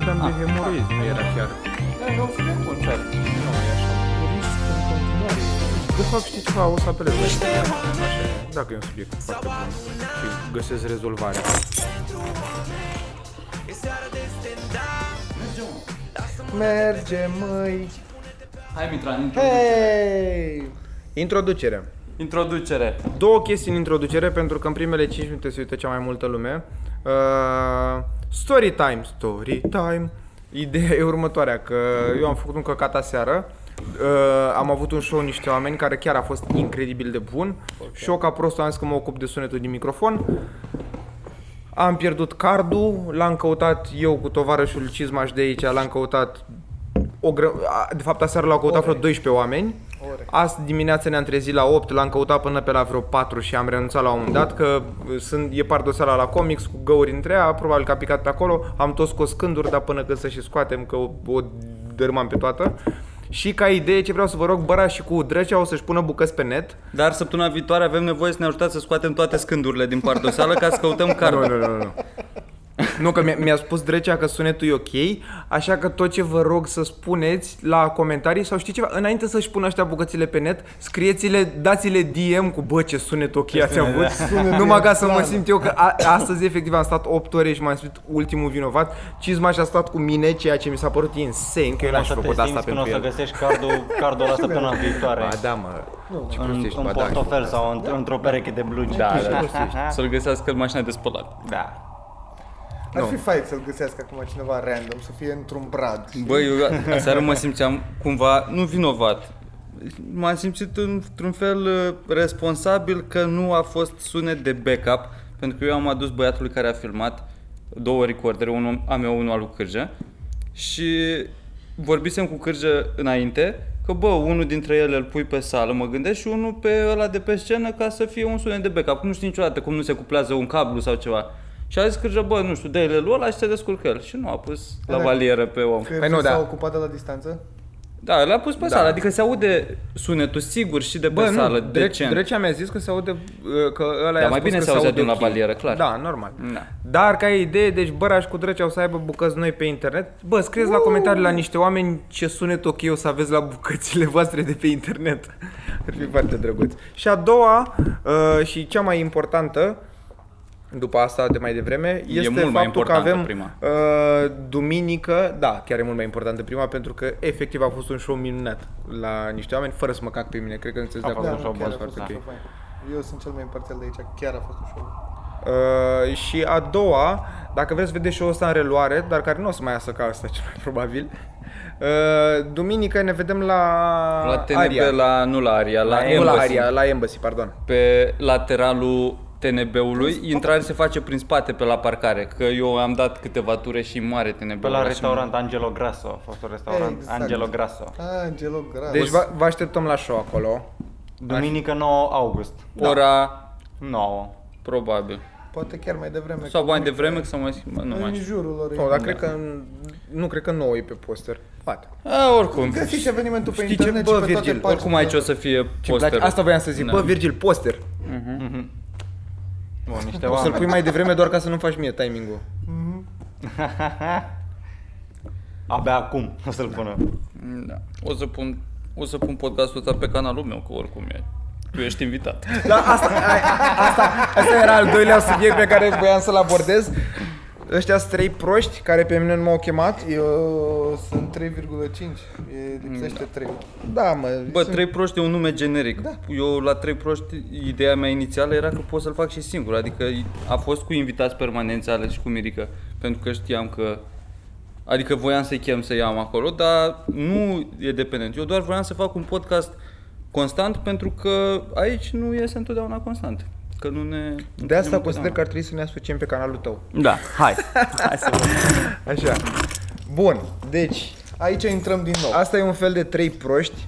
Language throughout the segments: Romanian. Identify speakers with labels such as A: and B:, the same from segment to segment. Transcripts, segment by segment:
A: Aha.
B: de hemorazi, nu era chiar...
A: Da, eu înțeleg concert.
B: Nu, e așa. Risc în continuare. De fapt, știi ceva, o să apelez la tine. Așa, Dacă e un subiect foarte bun și găsesc rezolvarea. Mergem, măi!
A: Hai, Mitran, introducere.
B: Hei! Introducere.
A: Introducere.
B: Două chestii în introducere, pentru că în primele 5 minute se uită cea mai multă lume. Uh, story time, story time. Ideea e următoarea, că eu am făcut un căcat aseară. Uh, am avut un show niște oameni care chiar a fost incredibil de bun și eu ca prost am zis că mă ocup de sunetul din microfon. Am pierdut cardul, l-am căutat eu cu tovarășul Cizmaș de aici, l-am căutat o gră... a- de fapt aseară l-au căutat vreo 12 oameni.
C: Ore.
B: Azi dimineața ne-am trezit la 8, l-am căutat până pe la vreo 4 și am renunțat la un moment dat că uh, sunt, e pardosala la comics cu găuri între ea, probabil că a picat pe acolo, am tot scos scânduri, dar până când să și scoatem că o, o dărmam pe toată. Și ca idee ce vreau să vă rog, Băra și cu Drăcea o să-și pună bucăți pe net.
A: Dar săptămâna viitoare avem nevoie să ne ajutați să scoatem toate scândurile din pardoseală ca să căutăm
B: Nu,
A: cardul.
B: nu, nu, nu. Nu, că mi-a, mi-a spus Drecea că sunetul e ok, așa că tot ce vă rog să spuneți la comentarii sau știi ceva, înainte să-și pună ăștia bucățile pe net, scrieți-le, dați-le DM cu bă ce sunet ok ați avut,
C: Sunet
B: numai
C: de
B: ca să mă
C: plană.
B: simt eu că a, astăzi efectiv am stat 8 ore și m-am simțit ultimul vinovat, Cizmaș a stat cu mine, ceea ce mi s-a părut insane, că eu l-aș fi făcut asta
D: până o
B: pentru
D: să
B: el.
D: găsești cardul, cardul ăla săptămâna viitoare.
B: Ba da, mă, ce
D: În,
B: prostești,
D: în
B: ba da.
D: portofel sau într- într-o pereche de blugi.
B: Da, da.
A: Să-l găsească în mașina de spălat.
D: da.
C: Ar
B: Nu.
C: fi fain să-l găsească acum cineva random, să fie într-un brad.
B: Păi
A: Băi, eu a- aseară mă simțeam cumva nu vinovat. M-am simțit într-un fel uh, responsabil că nu a fost sunet de backup, pentru că eu am adus băiatului care a filmat două recordere, unul am eu, unul al lui Cârjă, și vorbisem cu Cârjă înainte că, bă, unul dintre ele îl pui pe sală, mă gândesc, și unul pe ăla de pe scenă ca să fie un sunet de backup. Nu știu niciodată cum nu se cuplează un cablu sau ceva. Și a zis Cârjă, bă, nu știu, dă-i lui ăla și se descurcă el. Și nu a pus la
C: Alea-
A: valieră pe om.
C: Că
B: Păi nu,
C: s-a
B: da.
C: ocupat de la distanță?
A: Da, l-a pus pe
B: Da.
A: da. sală, adică se aude sunetul sigur și de pe
B: Bă,
A: sală,
B: nu, Deci, Dre-
A: decent.
B: Drecea mi-a zis că se aude, uh, că ăla
A: Da,
B: i-a
A: mai
B: spus
A: bine
B: că
A: se auzea
B: aude
A: din la
B: ok.
A: valieră, clar.
B: Da, normal.
A: Da.
B: Dar ca idee, deci Băraș cu Drăcea o să aibă bucăți noi pe internet. Bă, scrieți la comentarii la niște oameni ce sunet ok o să aveți la bucățile voastre de pe internet. Ar fi foarte drăguț. Și a doua uh, și cea mai importantă, după asta de mai devreme,
A: E
B: este
A: mult mai
B: faptul că
A: importantă
B: avem
A: prima.
B: Uh, duminică, da, chiar e mult mai importantă prima pentru că efectiv a fost un show minunat la niște oameni, fără să mă cac pe mine, cred că nu de acord.
C: Da, nu,
B: Show
C: chiar
B: bun,
C: a fost
B: foarte
C: un
B: ok.
C: show fain. Eu sunt cel mai imparțial de aici, chiar a fost un show.
B: Uh, și a doua, dacă vreți să vedeți show-ul ăsta în reluare, dar care nu o să mai iasă ca asta cel mai probabil, uh, duminică ne vedem la,
A: La TNP,
B: Aria.
A: la, nu la Aria, la,
B: la, nu la
A: Embassy.
B: Aria, la Embassy, pardon.
A: Pe lateralul TNB-ului, intrarea se face prin spate pe la parcare, că eu am dat câteva ture și mare TNB.
B: da,
D: Pe la restaurant Angelo Grasso, a fost un restaurant
C: Exact.
D: Da, Angelo Grasso.
C: Angelo Grav.
B: Deci vă vă așteptăm la show acolo.
D: Duminică 9 august.
A: Ora,
D: 9.
A: probabil.
C: Poate chiar mai devreme.
A: Sau mai devreme, că s-au mai schimbat, nu
C: În
A: mai știu.
C: jurul lor.
B: Nu, Oh, dar cred că nu cred că nouă e pe poster. Poate.
A: A, oricum.
C: Găsiți evenimentul pe
B: Știi ce?
C: internet
B: Bă,
C: și pe toate
B: Virgil,
C: paginile.
A: Oricum aici o să fie
B: Ce-mi place-
A: posterul.
B: Asta voiam să zic.
A: Da.
B: Bă, Virgil, poster.
D: Bun, niște
B: O să-l
D: oameni.
B: pui mai devreme doar ca să nu faci mie timing-ul.
D: Abia acum o să-l pună.
A: Da. O să pun, o să pun podcastul ăsta pe canalul meu, că oricum e. Tu ești invitat.
B: Da, asta, a- asta, asta era al doilea subiect pe care voiam să-l abordez. Ăștia sunt trei proști care pe mine nu m-au chemat.
C: Eu sunt 3,5. E lipsește 3.
B: Da, mă.
A: Bă,
B: sunt-
A: trei proști e un nume generic. Da. Eu la trei proști, ideea mea inițială era că pot să-l fac și singur. Adică a fost cu invitați permanenți ales și cu Mirica, pentru că știam că Adică voiam să-i chem să iau acolo, dar nu e dependent. Eu doar voiam să fac un podcast constant pentru că aici nu iese întotdeauna constant. Că nu ne...
B: De asta
A: nu
B: consider că ar trebui să ne asociem pe canalul tău.
A: Da, hai. hai să
B: Așa. Bun, deci,
C: Aici intrăm din nou.
B: asta e un fel de trei proști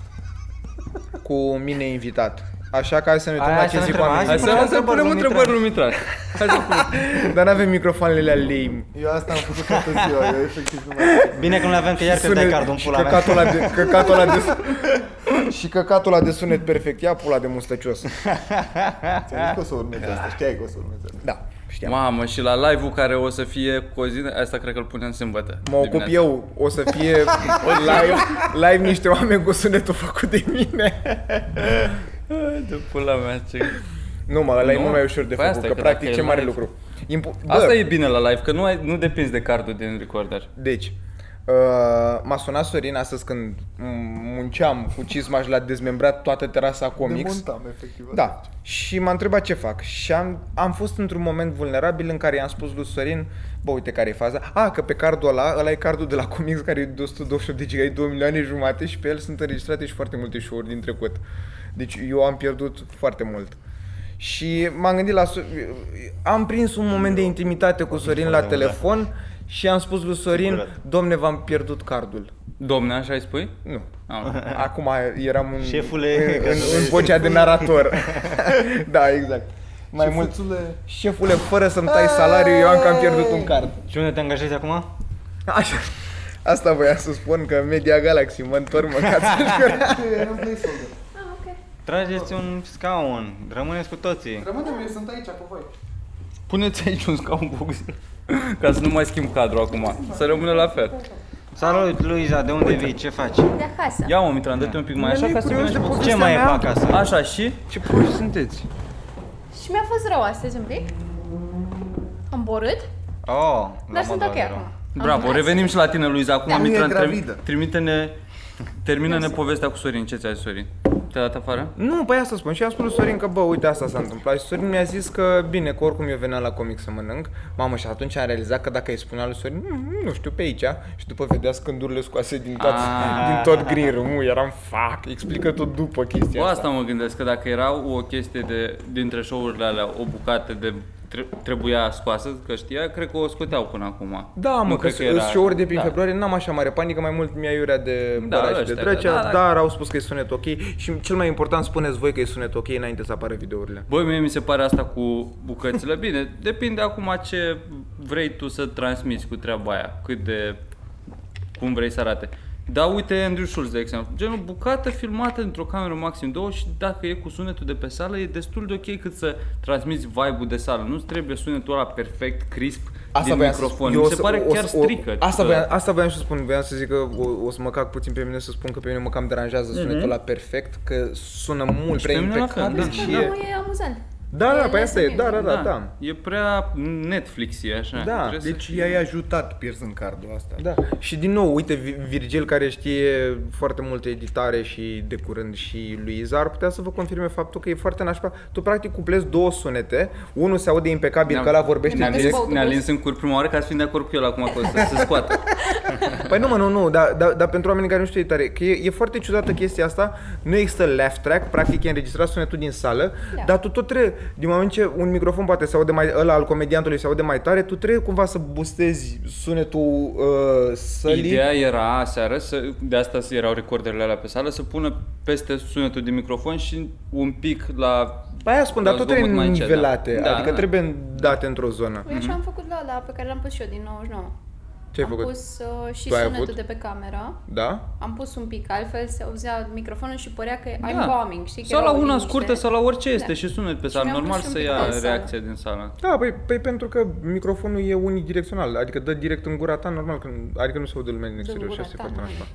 B: cu mine invitat. Așa că hai să ne uităm
D: Hai,
B: la
D: hai
B: ce
D: să
B: zic
D: ne întrebăm,
B: oamenii.
A: Hai să, hai să punem întrebări lui Mitran. Hai să punem.
B: Dar nu avem microfoanele alea lame.
C: Eu asta am făcut toată ziua, eu efectiv nu mai
D: Bine că nu le avem, că iar
B: Și
D: te dai
B: sunet-
D: cardul în
B: și
D: pula mea.
B: căcatul ăla de, căcatul ăla de, și căcatul ăla de sunet perfect. Ia pula de mustăcios.
C: Ți-am zis că o să urmeze asta, știai că o să urmeze asta.
B: Da.
E: știam.
A: Mamă, și la live-ul care o să fie cu o zi, asta cred că îl punem sâmbătă.
B: Mă ocup
A: dimineața.
B: eu, o să fie live, live niște oameni cu sunetul făcut de mine.
A: De pula mea, ce...
B: Nu mă, ăla e
A: Nu?
B: mult mai ușor de
A: Păi
B: făcut,
A: asta e,
B: că
A: că
B: practic
A: dacă
B: ce
A: e
B: mare
A: live-
B: lucru. Impu- Bă,
A: Asta e bine la live, că nu, ai, nu depinzi de cardul din recorder.
B: Deci, uh, m-a sunat Sorin astăzi când mm, munceam cu cizma și l-a dezmembrat toată terasa comics.
C: Demontam, efectiv.
B: Da. Și m-a întrebat ce fac. Și am, am fost într-un moment vulnerabil în care i-am spus lui Sorin, bă, uite care e faza. A, că pe cardul ăla, ăla e cardul de la Comics care e de 128 de giga, e 2 milioane jumate și pe el sunt înregistrate și foarte multe show-uri din trecut. Deci eu am pierdut foarte mult. Și m-am gândit la... Su- Am prins un moment de intimitate cu Sorin la
D: foarte mult, da.
B: telefon și am spus lui Sorin,
D: Curat.
B: domne, v-am pierdut cardul.
A: Domne, așa ai spui?
B: Nu.
A: Ah.
B: Acum eram un,
D: Șefule,
B: în,
D: că
B: în,
D: nu
B: în
D: e
B: vocea de narator. da, exact. Mai mult,
C: Șefuțule,
B: șefule, fără să-mi tai salariul, eu am cam pierdut un card.
D: Și unde te angajezi acum?
B: Așa. Asta voiam să spun că Media Galaxy mă întorc măcar
C: e un placeholder.
F: Oh, ok.
D: Trageți un scaun, rămâneți cu toții.
C: Rămânem, eu sunt aici cu voi.
A: Puneți aici un scaun cu oxigen, ca să nu mai schimb cadrul acum, să rămână la fel.
D: Salut, Luiza, de unde vii? Ce faci?
F: De acasă.
A: Ia mă, Mitran, dă-te un pic mai așa ca să vedeți cum-
D: Ce mai e pe acasă?
A: Așa și? Ce proști sunteți?
F: Și mi-a fost rău astăzi un pic. Am borât,
D: Oh, la
F: dar sunt
D: modul
F: ok
D: ăla.
F: acum. Am
A: Bravo,
F: mers.
A: revenim și la tine, Luiza. Acum,
C: Da. Nu e
A: Mitran, trim-
C: gravidă.
A: trimite-ne, termină-ne povestea cu Sorin. Ce ți-ai zis, Sorin? Te-a dat afară?
B: Nu, păi asta spun. Și am spus lui Sorin că, bă, uite, asta s-a întâmplat. Și Sorin mi-a zis că, bine, că oricum eu veneam la comic să mănânc. Mamă, și atunci am realizat că dacă îi spunea lui Sorin, "Mm, nu știu, pe aici. Și după vedea scândurile scoase din tot,
A: Ah.
B: din tot green room eram, fuck, explică tot după chestia
A: Bă,
B: asta.
A: asta mă gândesc, că dacă era o chestie de, dintre show-urile alea, o bucată de tre- trebuia scoasă, că știa, cred că o scoteau până acum.
B: Da, mă,
A: Nu
B: că, că era... show-uri de prin da. februarie n-am așa mare panică, mai mult mi-a iurea de
A: Da,
B: da, și de
A: ăștia,
B: drăcea,
A: da,
B: da,
A: da,
B: da,
A: da.
B: dar au spus că e sunet ok și cel mai important spuneți voi că e sunet ok înainte să apară videourile.
A: Băi, mie mi se pare asta cu bucățile. Bine, depinde acum ce vrei tu să transmiți cu treaba aia, cât de... cum vrei să arate. Da, uite Andrew Schulz, de exemplu. Genul bucată filmată într-o cameră maxim 2 și dacă e cu sunetul de pe sală, e destul de ok cât să transmiți vibe-ul de sală. Nu trebuie sunetul ăla perfect, crisp, din
B: voiam să
A: microfon.
B: spun. Eu
A: Mi
B: o
A: se
B: să-
A: pare
B: o
A: chiar
B: să-
A: strică.
B: O, asta,
A: că-
B: voiam, asta voiam să spun, voiam să zic că o, o să mă cac puțin pe mine să spun că pe mine mă cam deranjează sunetul ăla perfect, că sună mult
A: Mhm. Și
B: prea
A: pe mine la
B: impecabil
A: fel, da.
B: și
F: Dar
B: e...
F: nu e amuzant.
B: Da, da,
F: E
B: păi asta e,
F: lăsăminte.
B: da, da, da, da.
A: E prea Netflix e așa.
B: Da,
A: Trebuie să
C: Deci
A: fie-
C: i-ai ajutat pierzând cardul asta.
B: Da. Și din nou, uite, Vi- Virgil care știe foarte multe editare și de curând și Luiza ar putea să vă confirme faptul că e foarte nașpa. Tu practic cuplezi două sunete, unul se aude
A: Da.
B: impecabil că ăla vorbește
A: ne-a
F: direct.
A: lins,
F: Dezvoltă,
A: ne-a
F: vezi?
A: lins în cur prima oară ca să fim de acord cu el acum că o să se scoată.
B: Păi nu mă, nu, nu, dar da, da, pentru oamenii care nu știu editare, că e, e foarte ciudată chestia asta, nu există laugh track, practic e înregistrat sunetul din sală,
F: Da.
B: dar tu tot trebuie, din moment ce un microfon poate se aude mai, ăla al comediantului se aude mai tare, tu trebuie cumva să boostezi sunetul uh, sălii.
A: Ideea era aseară, să, de asta erau recorderele alea pe sală, să pună peste sunetul din microfon și un pic la...
B: Păi aia spun, dar
A: la
B: tot
A: zgomot
B: trebuie
A: mai încet,
B: nivelate,
A: da. Da,
B: adică
A: da.
B: trebuie date într-o zonă.
F: Eu
A: Mhm.
F: așa am făcut la ăla pe care l-am pus și eu din 99.
B: Ce ai
F: Păi, am
B: făcut?
F: pus uh, și
B: Tu ai
F: sunetul
B: avut?
F: de pe cameră.
B: Da?
F: Am pus un pic, altfel se auzea microfonul și părea că I'm
A: Da.
F: bombing, știi? că
A: Sau la
F: erau
A: una
F: liniște.
A: scurtă sau la orice este
F: Da.
A: și sunet pe sală.
F: mi-am pus
A: Normal
F: și un
A: să
F: pic
A: ia
F: pe sală.
A: reacția din sală.
B: Da, păi, păi pentru că microfonul e unidirecțional, adică dă direct în gura ta, normal, că, adică nu se aude lumea din exterior și
F: gura
B: asta e
F: ta,
B: foarte
F: nu.
B: nașpa.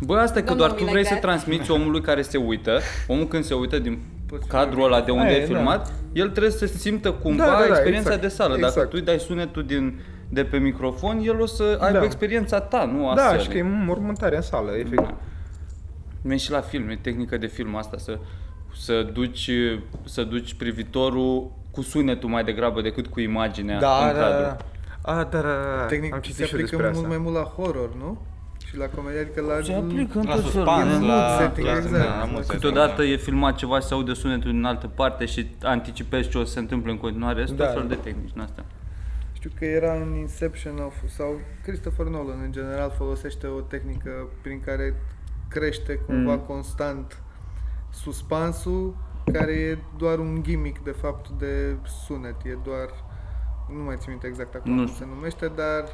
A: Bă, asta e că
F: Domnul
A: doar tu vrei să
F: Vinegar.
A: transmiți omului care se uită. Omul când se uită din cadrul ăla de unde
B: Aia
A: ai
B: e,
A: filmat, el trebuie să simtă cumva
B: Da, da, da,
A: experiența
B: exact,
A: de sală. Dacă
B: exact.
A: tu îi dai sunetul din de pe microfon, el o să aibă
B: Da.
A: experiența ta, nu a
B: Da,
A: sălii.
B: și că e mormântare în sală, efectiv.
A: Mergi și la film, e tehnică de film asta, să, să, duci, să duci privitorul cu sunetul mai degrabă decât cu imaginea
B: Da,
A: în
B: da,
A: cadru.
B: da. A, da, da, da, da.
C: Tehnic
B: am
C: se
B: citit și eu
C: aplică
B: despre
C: mult
B: asta.
C: mai mult la horror, nu? Și la comedie, adică la...
A: Se aplică în
D: La
A: tot felul.
D: suspans,
A: E
D: la...
A: mult.
C: setting,
D: la-
C: exact.
D: la mult setting,
A: Câteodată
D: da.
A: e filmat ceva și se aude sunetul în altă parte și anticipezi ce o să se întâmple în continuare. Sunt
B: Da.
A: tot felul de tehnici în astea.
C: Știu că era în Inception of, sau Christopher Nolan în general folosește o tehnică prin care crește cumva
A: Mm.
C: constant suspansul, care e doar un gimmick de fapt de sunet, e doar nu mai țin minte exact acum
A: Nu
C: cum se
A: știu.
C: numește, dar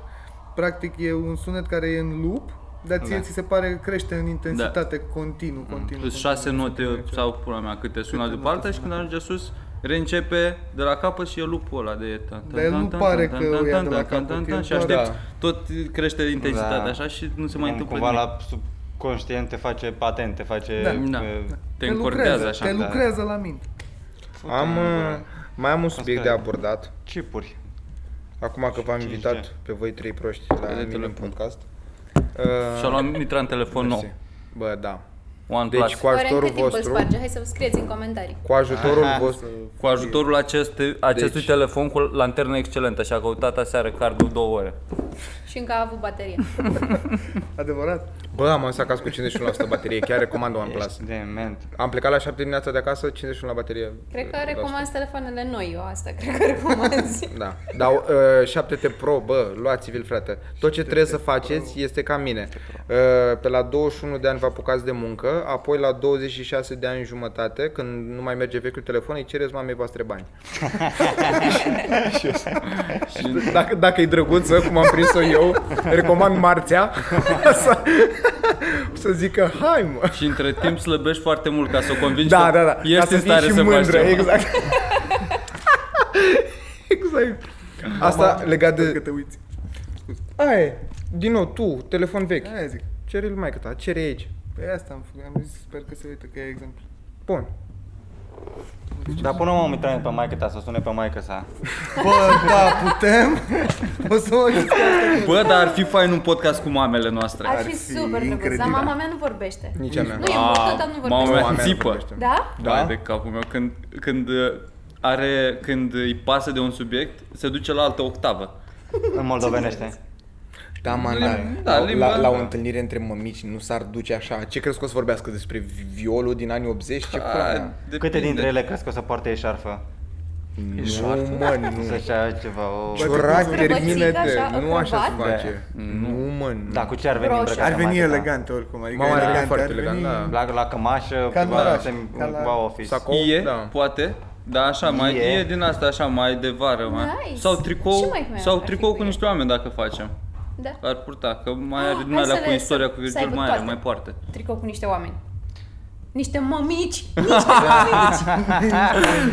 C: practic e un sunet care e în loop, dar ție
A: Da.
C: ți se pare că crește în intensitate continuu, continuu.
A: Plus
C: continuu,
A: șase
C: nu se
A: note
C: termină
A: sau pula mea câte sună
C: Câte
A: după alta
C: note
A: și când
C: sună.
A: ajunge sus reîncepe de la capăt și e lupul ăla de... tan, tan,
C: Dar el
A: tan,
C: nu
A: tan,
C: pare
A: tan,
C: că
A: tan,
C: o ia
A: tan,
C: de la
A: tan, tan,
C: capăt,
A: tan,
C: e Da.
A: tan, Și
C: doar-
A: aștepți, tot crește intensitatea
D: Da.
A: așa și nu se mai
D: Cum
A: întâmplă
D: Cumva
A: nimic.
D: la subconștient te face patent, te face...
C: Da.
A: Da.
D: uh,
A: Te
C: Te
A: încordează
C: lucrează,
A: așa.
C: te
D: da.
C: lucrează la minte.
D: fute-mă
B: Am,
D: în
B: uh,
D: gură.
B: mai am un subiect de
D: Asta e.
B: abordat.
D: Chipuri.
B: Acum că v-am
D: 5G.
B: invitat pe voi trei proști la
A: Vedeți-l
B: mine în
A: în punct.
B: podcast. Uh,
A: Și-a luat Mitran telefon nou,
B: Mersi. Bă, da.
A: OnePlus.
B: Deci
A: Deci,
B: cu
F: Oare în
B: ajutorul
F: cât timp îl
B: vostru,
F: sparge? Hai să vă scrieți în comentarii.
B: cu ajutorul
D: Aha.
B: vostru,
A: cu ajutorul aceste, acestui
B: Deci-
A: telefon cu lanternă excelentă și a căutat aseară cardul două ore.
F: Și încă a avut baterie.
C: Adevărat?
B: bă, am însacat cu 51% baterie, chiar recomand OnePlus.
D: Ești dement.
B: Am plecat la 7 dimineața de acasă, 51 la baterie.
F: Cred că
B: La-
F: recomand telefoanele noi, eu asta cred că recomand.
B: Da, dar uh, 7T Pro, bă, luați-vi-l, frate. Tot ce trebuie să faceți este ca mine. Uh, pe la 21 de ani vă apucați de muncă, apoi la 26 de ani jumătate, când nu mai merge vechiul telefon, îi cereți mamei voastre bani. Și- dacă, dacă e drăguță, cum am prins-o eu, recomand marțea, să, să zică, hai mă.
A: Și între timp slăbești foarte mult ca să o convingi
B: Da,
A: că
B: da, da.
A: ești în
B: fii
A: stare
B: și
A: să faci
B: mândră,
A: ceva.
B: exact. exact. Asta legat
C: Că
B: de...
C: te uiți.
B: Aia e. din nou, tu, telefon vechi.
C: Aia zic.
B: Cere-l mai ta, cere aici.
C: Păi asta am făcut, am zis, sper că se uită, că e exemplu.
B: Bun.
D: Dar până mă uitam pe maică ta, să o sune pe maică sa.
C: Bă, da, putem? o să mă gândesc asta.
A: Bă, dar ar fi fain un podcast cu mamele noastre.
F: Ar
C: fi
F: fi super drăguț, dar
C: incredibil.
F: mama mea nu vorbește.
B: Nici a mea.
F: Nu, eu mult tot, dar nu
A: mama
F: vorbește.
A: mea
B: Mama mea nu
A: țipă.
B: vorbește.
F: Da?
A: Da? de capul meu. Când, când uh, are, când îi pasă de un subiect, se duce la altă octavă.
D: În moldovenește.
B: Da, man, la,
A: da,
B: la, la,
A: limba-
B: la, o întâlnire între mămici nu s-ar duce așa. Ce crezi că o să vorbească despre violul din anii 80? Ce pula
A: A,
B: mea?
D: Câte
A: depinde.
D: dintre ele crezi că o să poarte eșarfă?
B: Nu, mă, nu.
D: Să-și ia ceva, o...
B: Ciorac,
F: Bătiți așa,
B: termină-te.
F: în
B: Nu așa se
F: cravat?
B: face. Nu, mă, nu.
D: Da, cu ce ar veni
F: Roșu.
D: îmbrăcată
C: Ar veni
D: maică ta?
C: elegant oricum, adică
B: Mama era
C: elegant,
B: foarte
C: ar
B: elegant,
C: veni-
B: da.
D: La, la cămașă,
C: Ca
D: cumva,
C: la-
D: se
C: ca la-
D: cumva office.
B: Sacou,
A: Ie,
B: da.
A: poate. Da, așa, mai
D: Ie.
A: e din asta, așa, mai de vară, mai.
F: Nice.
A: Sau
F: Și
A: tricou,
F: mai cum e,
A: sau
F: ar fi
A: tricou
F: cu
A: cu
F: ie.
A: niște oameni dacă facem.
F: Da.
A: Ar purta, că mai are
F: Ah,
A: din
F: hai
A: alea
F: să
A: cu
F: le-
A: istoria
F: să-
A: cu
F: să
A: Virgil
F: aibă
A: mai are,
F: toate.
A: mai poarte.
F: Tricou cu niște oameni. Niște mămici.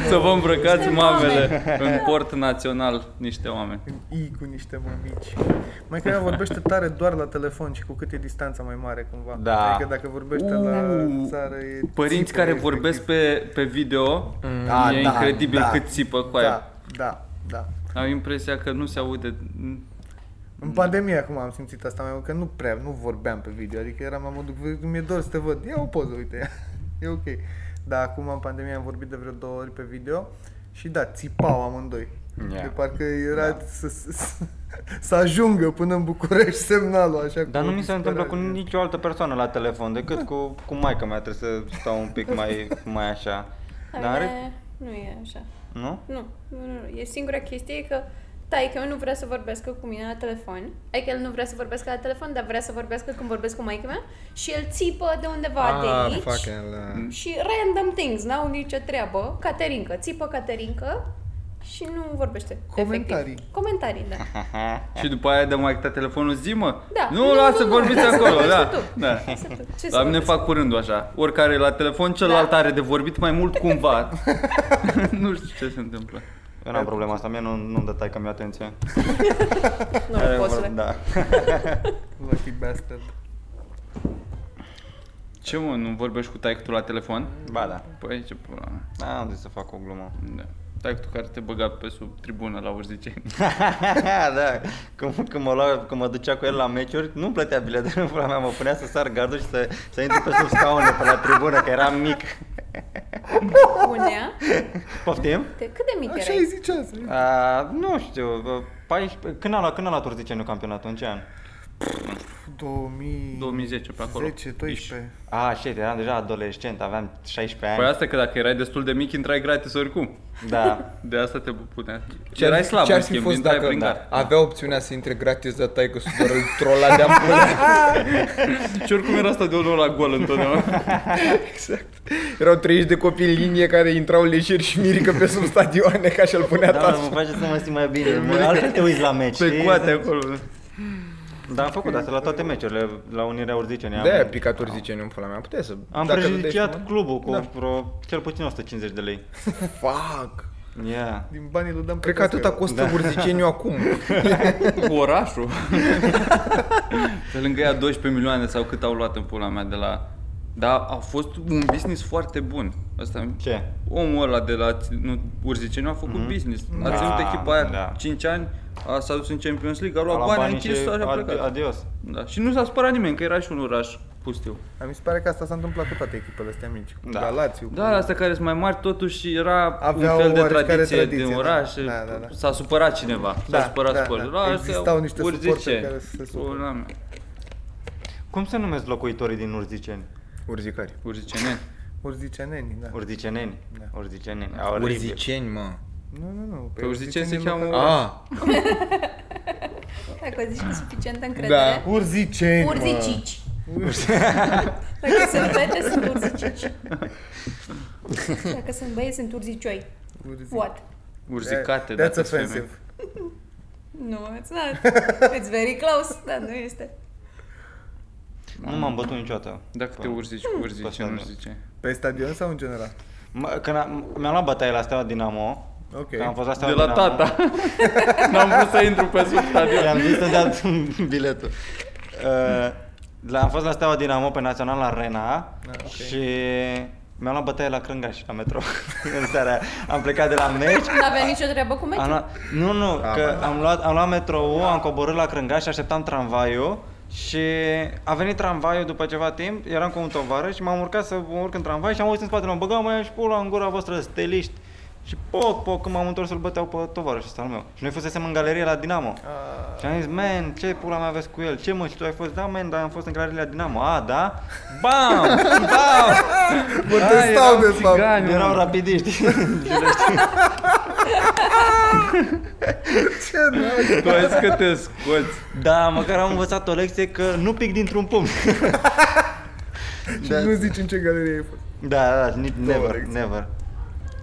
A: Să vă îmbrăcați
F: Niște
A: mamele în port național niște oameni.
C: I cu niște mămici. Mai că ea vorbește tare doar la telefon și cu cât e distanța mai mare cumva.
D: Da.
C: Adică dacă vorbește la
A: Uuu,
C: țară e
A: Părinți
C: țipă,
A: care
C: efectiv.
A: vorbesc pe, pe video,
C: Ah,
A: e
C: da,
A: incredibil
C: da.
A: cât țipă cu aia.
C: Da, da, da.
A: Am impresia că nu se aude.
C: În pandemie acum am simțit asta mai mult, că nu prea, nu vorbeam pe video, adică eram la modul, "Vă, mi-e dor să te văd, ia o poză, uite, e ok. Dar acum în pandemie am vorbit de vreo două ori pe video și da, țipau amândoi.
D: Ia.
C: De parcă era să, să, să ajungă până în București semnalul așa
D: Dar
C: cu
D: nu mi se întâmplă cu
C: disperare.
D: nicio altă persoană la telefon decât
C: Da.
D: cu, cu maica mea, trebuie să stau un pic mai, mai așa. Dar
F: Dar
D: are,
F: nu e așa.
D: nu?
F: Nu, nu, nu, nu. E singura chestie e că taică meu nu vrea să vorbească cu mine la telefon. Adică el nu vrea să vorbească la telefon, dar vrea să vorbească când vorbesc cu maica mea și el țipă de undeva
B: Ah,
F: de aici.
B: fucking, da.
F: Și random things, n-au nicio treabă. Caterinca, țipă Caterinca și nu vorbește.
C: Comentarii.
F: Efectiv. Comentarii, da.
A: Și după aia dă mai ta telefonul, zi mă!
F: Da.
A: Nu, lasă, vorbiți
F: lasă,
A: acolo,
F: vorbești
A: da.
F: tu.
A: da.
F: Să- Ce
A: La
F: să
A: mine
F: vorbesc?
A: fac curândul așa. Oricare e la telefon, celălalt
F: Da.
A: are de vorbit mai mult cumva. nu știu ce se întâmplă.
D: Eu n-am problema asta, mie nu, nu-mi dă taică mi atenție.
F: Nu, posule.
D: da.
C: Lucky bastard.
A: Ce mă, nu vorbești cu taică tu la telefon?
D: Ba da.
A: Păi ce pula mea.
D: Da, am zis să fac o glumă.
A: Da. Taică tu care te băga pe sub tribună la urzice.
D: da, când, când, mă lua, când mă ducea cu el la meciuri, nu plătea biletul în pula mea, mă punea să sar gardul și să, să intru pe sub scaune, pe la tribună, că eram mic.
F: Punea.
D: Poftim?
F: Te- Cât de mic
C: Așa îi
F: erai?
C: zicea să
D: A, nu știu, bă, 14, când a luat, când a luat Urziceniu campionatul, în ce an?
C: 2000...
A: 2010 pe acolo.
C: 10, 12.
D: A, shit, eram deja adolescent, aveam 16 ani.
A: Păi asta că dacă erai destul de mic, intrai gratis oricum.
D: Da.
A: De asta te punea.
B: Ce
A: erai
B: ar,
A: slab,
B: ce
A: în
B: ar fi
A: schimb,
B: fost
A: intrai
B: dacă
A: prin gard.
B: da, avea opțiunea să intre gratis, dar tai că doar îl trola de-a pula.
A: Și oricum era asta de unul la gol întotdeauna.
B: Exact. Erau 30 de copii în linie care intrau lejer și mirică pe sub stadioane ca și-l punea
D: Da, mă, mă
B: tasul.
D: face să mă simt mai bine. Mă, altfel te uiți la meci.
A: Pe
D: știi?
A: coate acolo.
D: Dar am făcut asta la toate meciurile, la Unirea Urziceni.
B: De aia
D: Am,
B: picaturi zice nu pula mea, puteți să...
D: am
B: dacă
D: prejudiciat
B: dai-
D: clubul cu
B: Da.
D: vreo cel puțin 150 de lei.
B: Fuck!
D: Yeah.
C: Din banii lui Dan
B: Cred că atâta costă urziceniu acum.
A: Orașul. Pe lângă ea 12 milioane sau cât au luat în pula mea de la... Dar a fost un business foarte bun. Asta
D: Ce?
A: Omul ăla de la nu, Urziceniu a făcut mm-hmm. business. A
D: Da,
A: ținut echipa aia
D: da.
A: 5 ani, a, s-a dus în Champions League, a
D: A
A: luat
D: luat
A: bani, a
D: banii
A: închis
D: și
A: și a
D: ad-
A: plecat.
D: Adios.
A: da. Și nu s-a spărat nimeni, că era și un oraș pustiu.
C: Dar mi se pare că asta s-a întâmplat cu toate echipele astea mici.
D: Da.
C: Da. La Lazio. cu-
A: Da, astea care sunt mai mari, totuși era
C: Aveau
A: un fel de
C: oarecare
A: tradiție,
C: tradiție,
A: din
C: da.
A: oraș.
C: Da, da, da.
A: S-a supărat cineva, s-a
C: Da,
A: supărat
C: da,
A: spălul.
C: da.
A: Astea
C: Existau niște
A: urzice.
C: suporteri care se supără.
A: Pula mea.
D: Cum se numesc locuitorii din Urziceni?
B: Urzicari.
A: Urziceni.
C: Urzicenenii, da.
D: Urziceneni.
C: Da.
D: Urziceneni. Aoleu.
B: Urziceni, mă.
C: Nu, nu, nu.
A: Pe urziceni se
C: urzicenii nu
A: cheamă...
C: că-
B: Ah,
F: Dacă o zici cu suficientă încredere. Da.
C: Urziceni, mă.
F: Urzicici. Dacă sunt fete, sunt urzicici. Dacă sunt băieți, sunt urzicioi.
C: Urzi-
F: What?
A: Urzicate,
C: That-
A: dacă
C: That's
A: sunt femei.
C: offensive.
F: Nu, it's not. It's very close, dar nu este.
D: Nu m-am bătut niciodată.
A: Dacă te
D: Păi.
A: urzici cu urzice,
D: Păi,
A: Da. nu
D: da.
A: zice.
C: Pe stadion sau în general?
D: Mă, Când am- mi-am luat bătaie la Steaua Dinamo,
C: Ok.
D: că am fost la
A: De
D: Steaua
A: la
D: Dinamo.
A: tata. N-am vrut să intru pe sub stadion.
D: I-am zis să dea biletul. Uh, la, am fost la Steaua Dinamo pe Național Arena
C: ok.
D: și mi-am luat bătaie la Crângaș, la metro, în seara aia. Am plecat de la meci,
F: Nu avea nicio treabă cu
D: Am
F: meciul.
D: luat, nu, nu,
B: Ah,
D: că
B: bă,
D: am luat, am luat metrou, am coborât la Crângaș și așteptam tramvaiul și a venit tramvaiul după ceva timp, eram cu un tovarăș și m-am urcat să mă urc în tramvai și am auzit în spatele meu, băga mai și pula în gura voastră, steliști. Și poc, poc, când m-am întors, îl băteau pe tovarășul ăsta al meu. Și noi fusesem în galerie la Dinamo. Și am zis, man, ce pula mea aveți cu el? Ce mă, și tu ai fost? Da, man, dar am fost în galerie la Dinamo. A, da? Bam! Bam!
C: Mă testau, de fapt.
A: țigani,
D: Erau
A: mă.
D: rapidiști.
C: Ce n-ai?
A: Tu ai zis că te scoți.
D: da, măcar am învățat o lecție că nu pic dintr-un pumn.
C: Și
D: Da.
C: nu zici în ce galerie ai fost.
D: Da, da, nici never,
C: lecții.
D: never.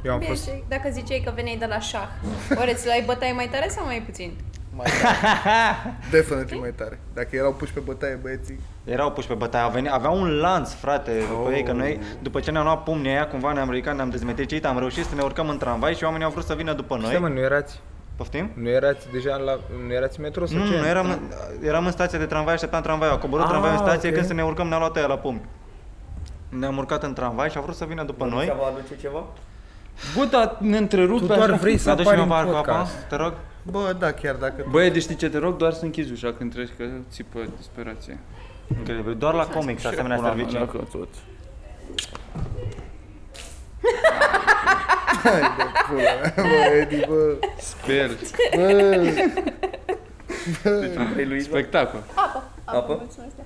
B: eu am
F: Bine,
B: fost...
F: și dacă ziceai că veneai de la șah, oare ți l-ai bătaie mai tare sau mai puțin?
C: Mai tare. Definitiv mai tare. Dacă erau puși pe bătaie băieții,
D: Erau puși pe bătaie, avea, aveau un lanț, frate, după ei, că noi, după ce ne-am luat pumnii aia, cumva ne-am ridicat, ne-am dezmetricit, am reușit să ne urcăm în tramvai și oamenii au vrut să vină după
B: Stai mă,
D: noi.
B: nu erați,
D: Poftim?
B: nu erați deja la, nu erați în metro sau
D: Nu,
B: ce?
D: nu, nu, eram, eram în stație de tramvai, așteptam tramvaiul, a coborât
B: Ah,
D: tramvaiul în stație,
B: ok.
D: când să ne urcăm ne-a luat aia la pumni. Ne-am urcat în tramvai și au vrut să vină după noi.
E: vă aduce ceva?
A: Bă, dar ne întrerupe
B: Tu doar
A: așa.
B: vrei să
D: Aduci
B: apari
D: mi
B: în
D: bar cu apa,
B: podcast.
D: te rog.
C: bă, da, chiar dacă...
A: Băie, deci știi ce te rog? Doar să închizi ușa când treci, că țipă disperație.
D: Incredibil, doar la comics, asemenea servicii.
A: Dacă tot.
C: Hai de pula mea, bă, Edi, bă.
A: Sper. Deci
C: Bă,
E: Vrei lui?
A: Spectacol.
F: Apă.
A: Apă?
F: mulțumesc. da.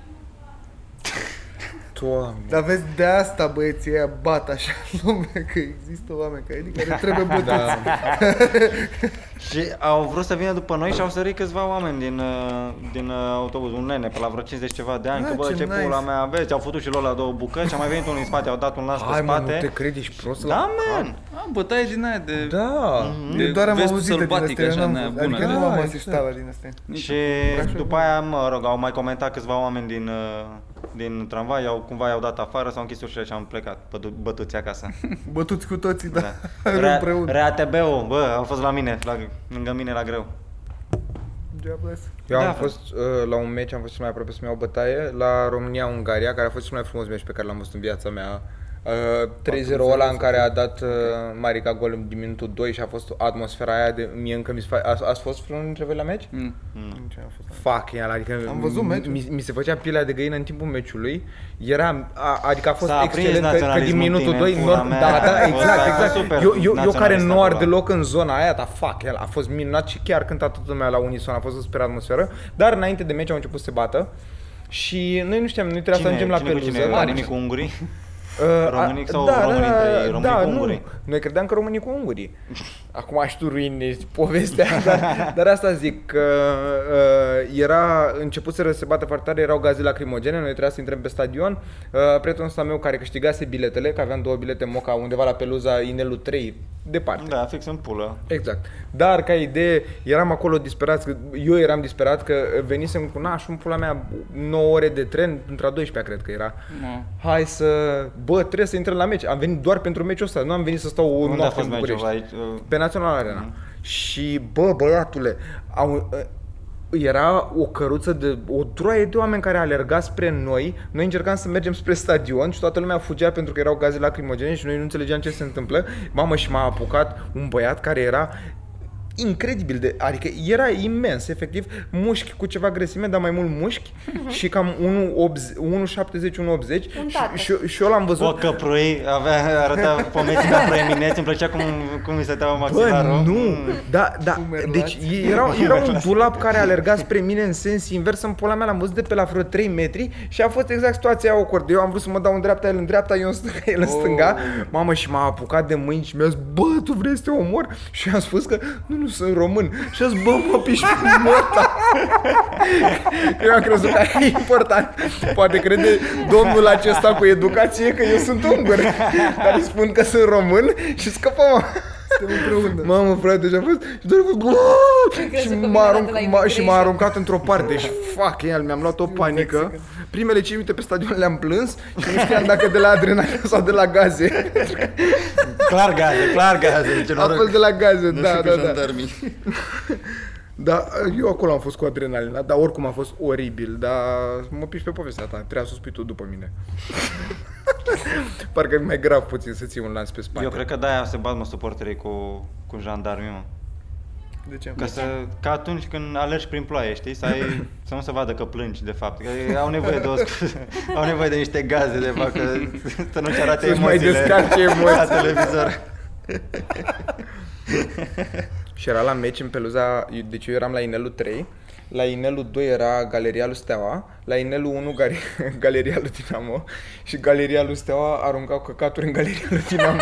B: Doamne.
C: Dar vezi, de asta băieții ăia bat așa în lume, că există oameni ca Edi care trebuie bătuți.
B: Da.
D: Și au vrut să vină după noi și au sărit câțiva oameni din, uh, din uh, autobuz, un nene pe la vreo 50 ceva de ani,
C: Ah,
D: că bă,
C: ce
D: ce
C: nice.
D: pula mea aveți, au făcut și lor la două bucăți, și a mai venit unul în spate, au dat un lanț pe
B: Hai mă, nu te
D: spate.
B: credi, ești prost
D: Da,
B: la... Ah,
D: man!
A: A, bătaie din aia de...
B: Da.
C: Eu doar am
A: vestul
C: auzit din
A: sălbatic,
C: astea, eu
A: așa,
C: n-am
A: în aia
C: văzut. Adică
A: bună.
C: nu am
B: Da,
C: auzit
B: exact.
C: ștala din astea.
D: Și după aia, mă rog, au mai comentat câțiva oameni din, uh, din tramvai, au, cumva i-au dat afară, s-au închis ușile și am plecat, pădu- bătuți acasă.
C: Bătuți cu toții, da.
D: Rea-
C: Împreună.
D: Reatb-ul, bă, au fost la mine, la, lângă mine la greu.
C: God bless.
B: Eu
D: Da,
B: am
D: frate.
B: fost uh, la un meci, am fost cel mai aproape să-mi iau bătaie, la România-Ungaria, care a fost cel mai frumos meci pe care l-am văzut în viața mea. Uh, 3-0 ăla în care a dat uh, Marica gol în din minutul 2 și a fost atmosfera aia de... Mie încă mi se face... Ați, ați fost vreunul dintre voi la meci?
A: Mm.
C: Nici am fost.
B: Fuck, yeah, adică
C: Am văzut
B: mi-
C: meciul.
B: Mi, mi, se făcea pielea de găină în timpul meciului. Era, a, adică a fost
D: S-a aprins
B: excelent că, că din
D: naționalismul
B: minutul
D: tine,
B: 2,
D: pula
B: nor-
D: mea.
B: da, da,
D: A fost
B: exact,
D: aia
B: exact.
D: super
B: eu, eu, eu care
D: naționalist
B: nu ar
D: acolo.
B: deloc în zona aia, dar fuck, el a fost minunat și chiar cânta toată lumea la unison, a fost o super atmosferă, dar înainte de meci au început să se bată. Și noi nu știam, noi trebuia să ajungem la
D: cine cu
B: peluză.
D: cine?
B: la
D: Unii
B: meci.
D: cu ungurii?
B: Uh,
D: Românii
B: a-
D: sau românii între ei, românii
B: da,
D: cu
B: nu.
D: ungurii?
B: Noi credeam că românii cu ungurii. Acum aș tu ruine povestea, dar, dar asta zic, că uh, era, începuseră să se bată foarte tare, erau gaze lacrimogene, noi trebuia să intrăm pe stadion. Uh, prietenul ăsta meu care câștigase biletele, că aveam două bilete moca undeva la Peluza Inelu 3, departe.
D: Da, fix în pulă.
B: Exact. Dar ca idee, eram acolo disperat, că- eu eram disperat că venisem cu nașul în pula mea 9 ore de tren, între a 12 cred că era.
A: Mă.
B: Hai să... Bă, trebuie să intrăm la meci. Am venit doar pentru meciul ăsta, nu am venit să stau o
D: Unde a
B: noapte
D: fost
B: în
D: meciul?
B: București.
D: Aici, uh,
B: Pe Național Arena. Și bă, băiatule, au, ă, era o căruță de o droaie de oameni care alerga spre noi. Noi încercam să mergem spre stadion și toată lumea fugea pentru că erau gaze lacrimogene și noi nu înțelegeam ce se întâmplă. Mamă, și m-a apucat un băiat care era incredibil de, adică era imens, efectiv, mușchi cu ceva grăsime, dar mai mult mușchi și cam 1,70, 1,80
F: Mhm. Un
B: și,
F: tată.
B: și, și eu l-am văzut
D: Bă, că proiei avea, arăta pomeții ca proeminenți, îmi plăcea cum, cum mi se teamă maxilarul.
B: Bă, nu!
D: Mm.
B: Da, da,
C: Fumerlați.
B: deci era, era un dulap care alerga spre mine în sens invers, în pula mea l-am văzut de pe la vreo 3 metri și a fost exact situația aia awkward. Eu am vrut să mă dau în dreapta, el în dreapta, eu în stânga, el în stânga. Mamă, și m-a apucat de mâini și mi-a zis, bă, tu vrei să te omor? Și am spus că, nu, nu, sunt român. Și a zis, bă, mă, piși pe morta. Eu am crezut că e important. Poate crede domnul acesta cu educație că eu sunt ungur, dar îi spun că sunt român și scăpăm.
C: Suntem împreună.
B: Mamă, frate, și-a fost... Și doar a fost...
F: crezut
B: Și m-a,
F: că vine
B: arunc,
F: de la
B: m-a, și m-a
F: immigration.
B: aruncat într-o parte și fac, el mi-am luat o panică. Primele 5 minute pe stadion le-am plâns și nu știam dacă de la adrenalină sau de la gaze.
D: Clar gaze, clar gaze, ce
B: A fost
D: noroc.
B: de la gaze,
E: Nu
B: da,
E: știu
B: da,
E: pe
B: da.
E: jandarmii.
B: Da, eu acolo am fost cu adrenalina, dar oricum a fost oribil, dar mă piși pe povestea ta, trebuia să o spui tu după mine. Parcă e mai grav puțin să ții un lanț pe spate.
D: Eu cred că de-aia se bat mă suporterii cu, cu jandarmii, mă.
C: De ce?
A: Deci-
D: Ca, să, ca atunci când alergi prin ploaie, știi, să, ai, să nu se vadă că plângi, de fapt. Că au nevoie de o scuze, au nevoie de niște gaze, de fapt, că, să nu-și arate
B: Să-și mai
D: emoțiile
B: descarce
D: la
B: emoții.
D: televizor.
B: Și era la meci în Peluza, eu- deci eu eram la Inelul 3, la Inelul 2 era Galeria lui Steaua, la Inelul 1 gare- Galeria lui Dinamo și Galeria lui Steaua aruncau căcaturi în Galeria lui Dinamo.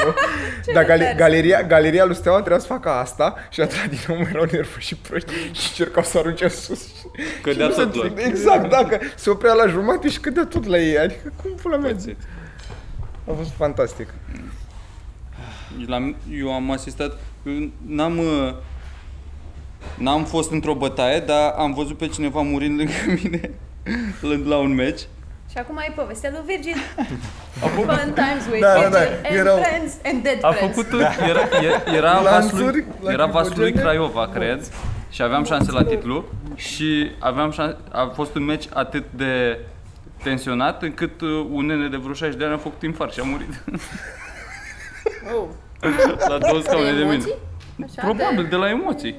B: Dar gale-
F: tare.
B: galeria, galeria lui Steaua trebuia să facă asta și atunci la Dinamo erau nervoși și proști și încercau să arunce în sus. și-
A: Cădea
B: și nu
A: tot
B: se-
A: la-
B: Exact, da, că se oprea la jumate și cădea tot la ei. Adică cum pula mea zic? A fost fantastic.
A: La, eu am asistat, eu n-am, uh, n-am fost într-o bătaie, dar am văzut pe cineva murind lângă mine la- la un meci.
F: Și acum ai povestea lui Virgil. Fun times with
C: Da, da,
F: Virgil
C: da,
F: and
C: erau-
F: friends and dead
A: A
F: friends.
A: făcut un, era, e- era,
C: Lanțuri,
A: vaslui, era
C: lacrimogene.
A: vaslui Craiova, cred, și aveam șanse la titlu și aveam șanse, a fost un meci atât de tensionat încât uh, un nene de vreo 60 de ani a făcut infarct și a murit
F: Oh.
A: la două scaune de mine.
F: emoții? Da, Așa,
A: Probabil
F: de-
A: de la emoții.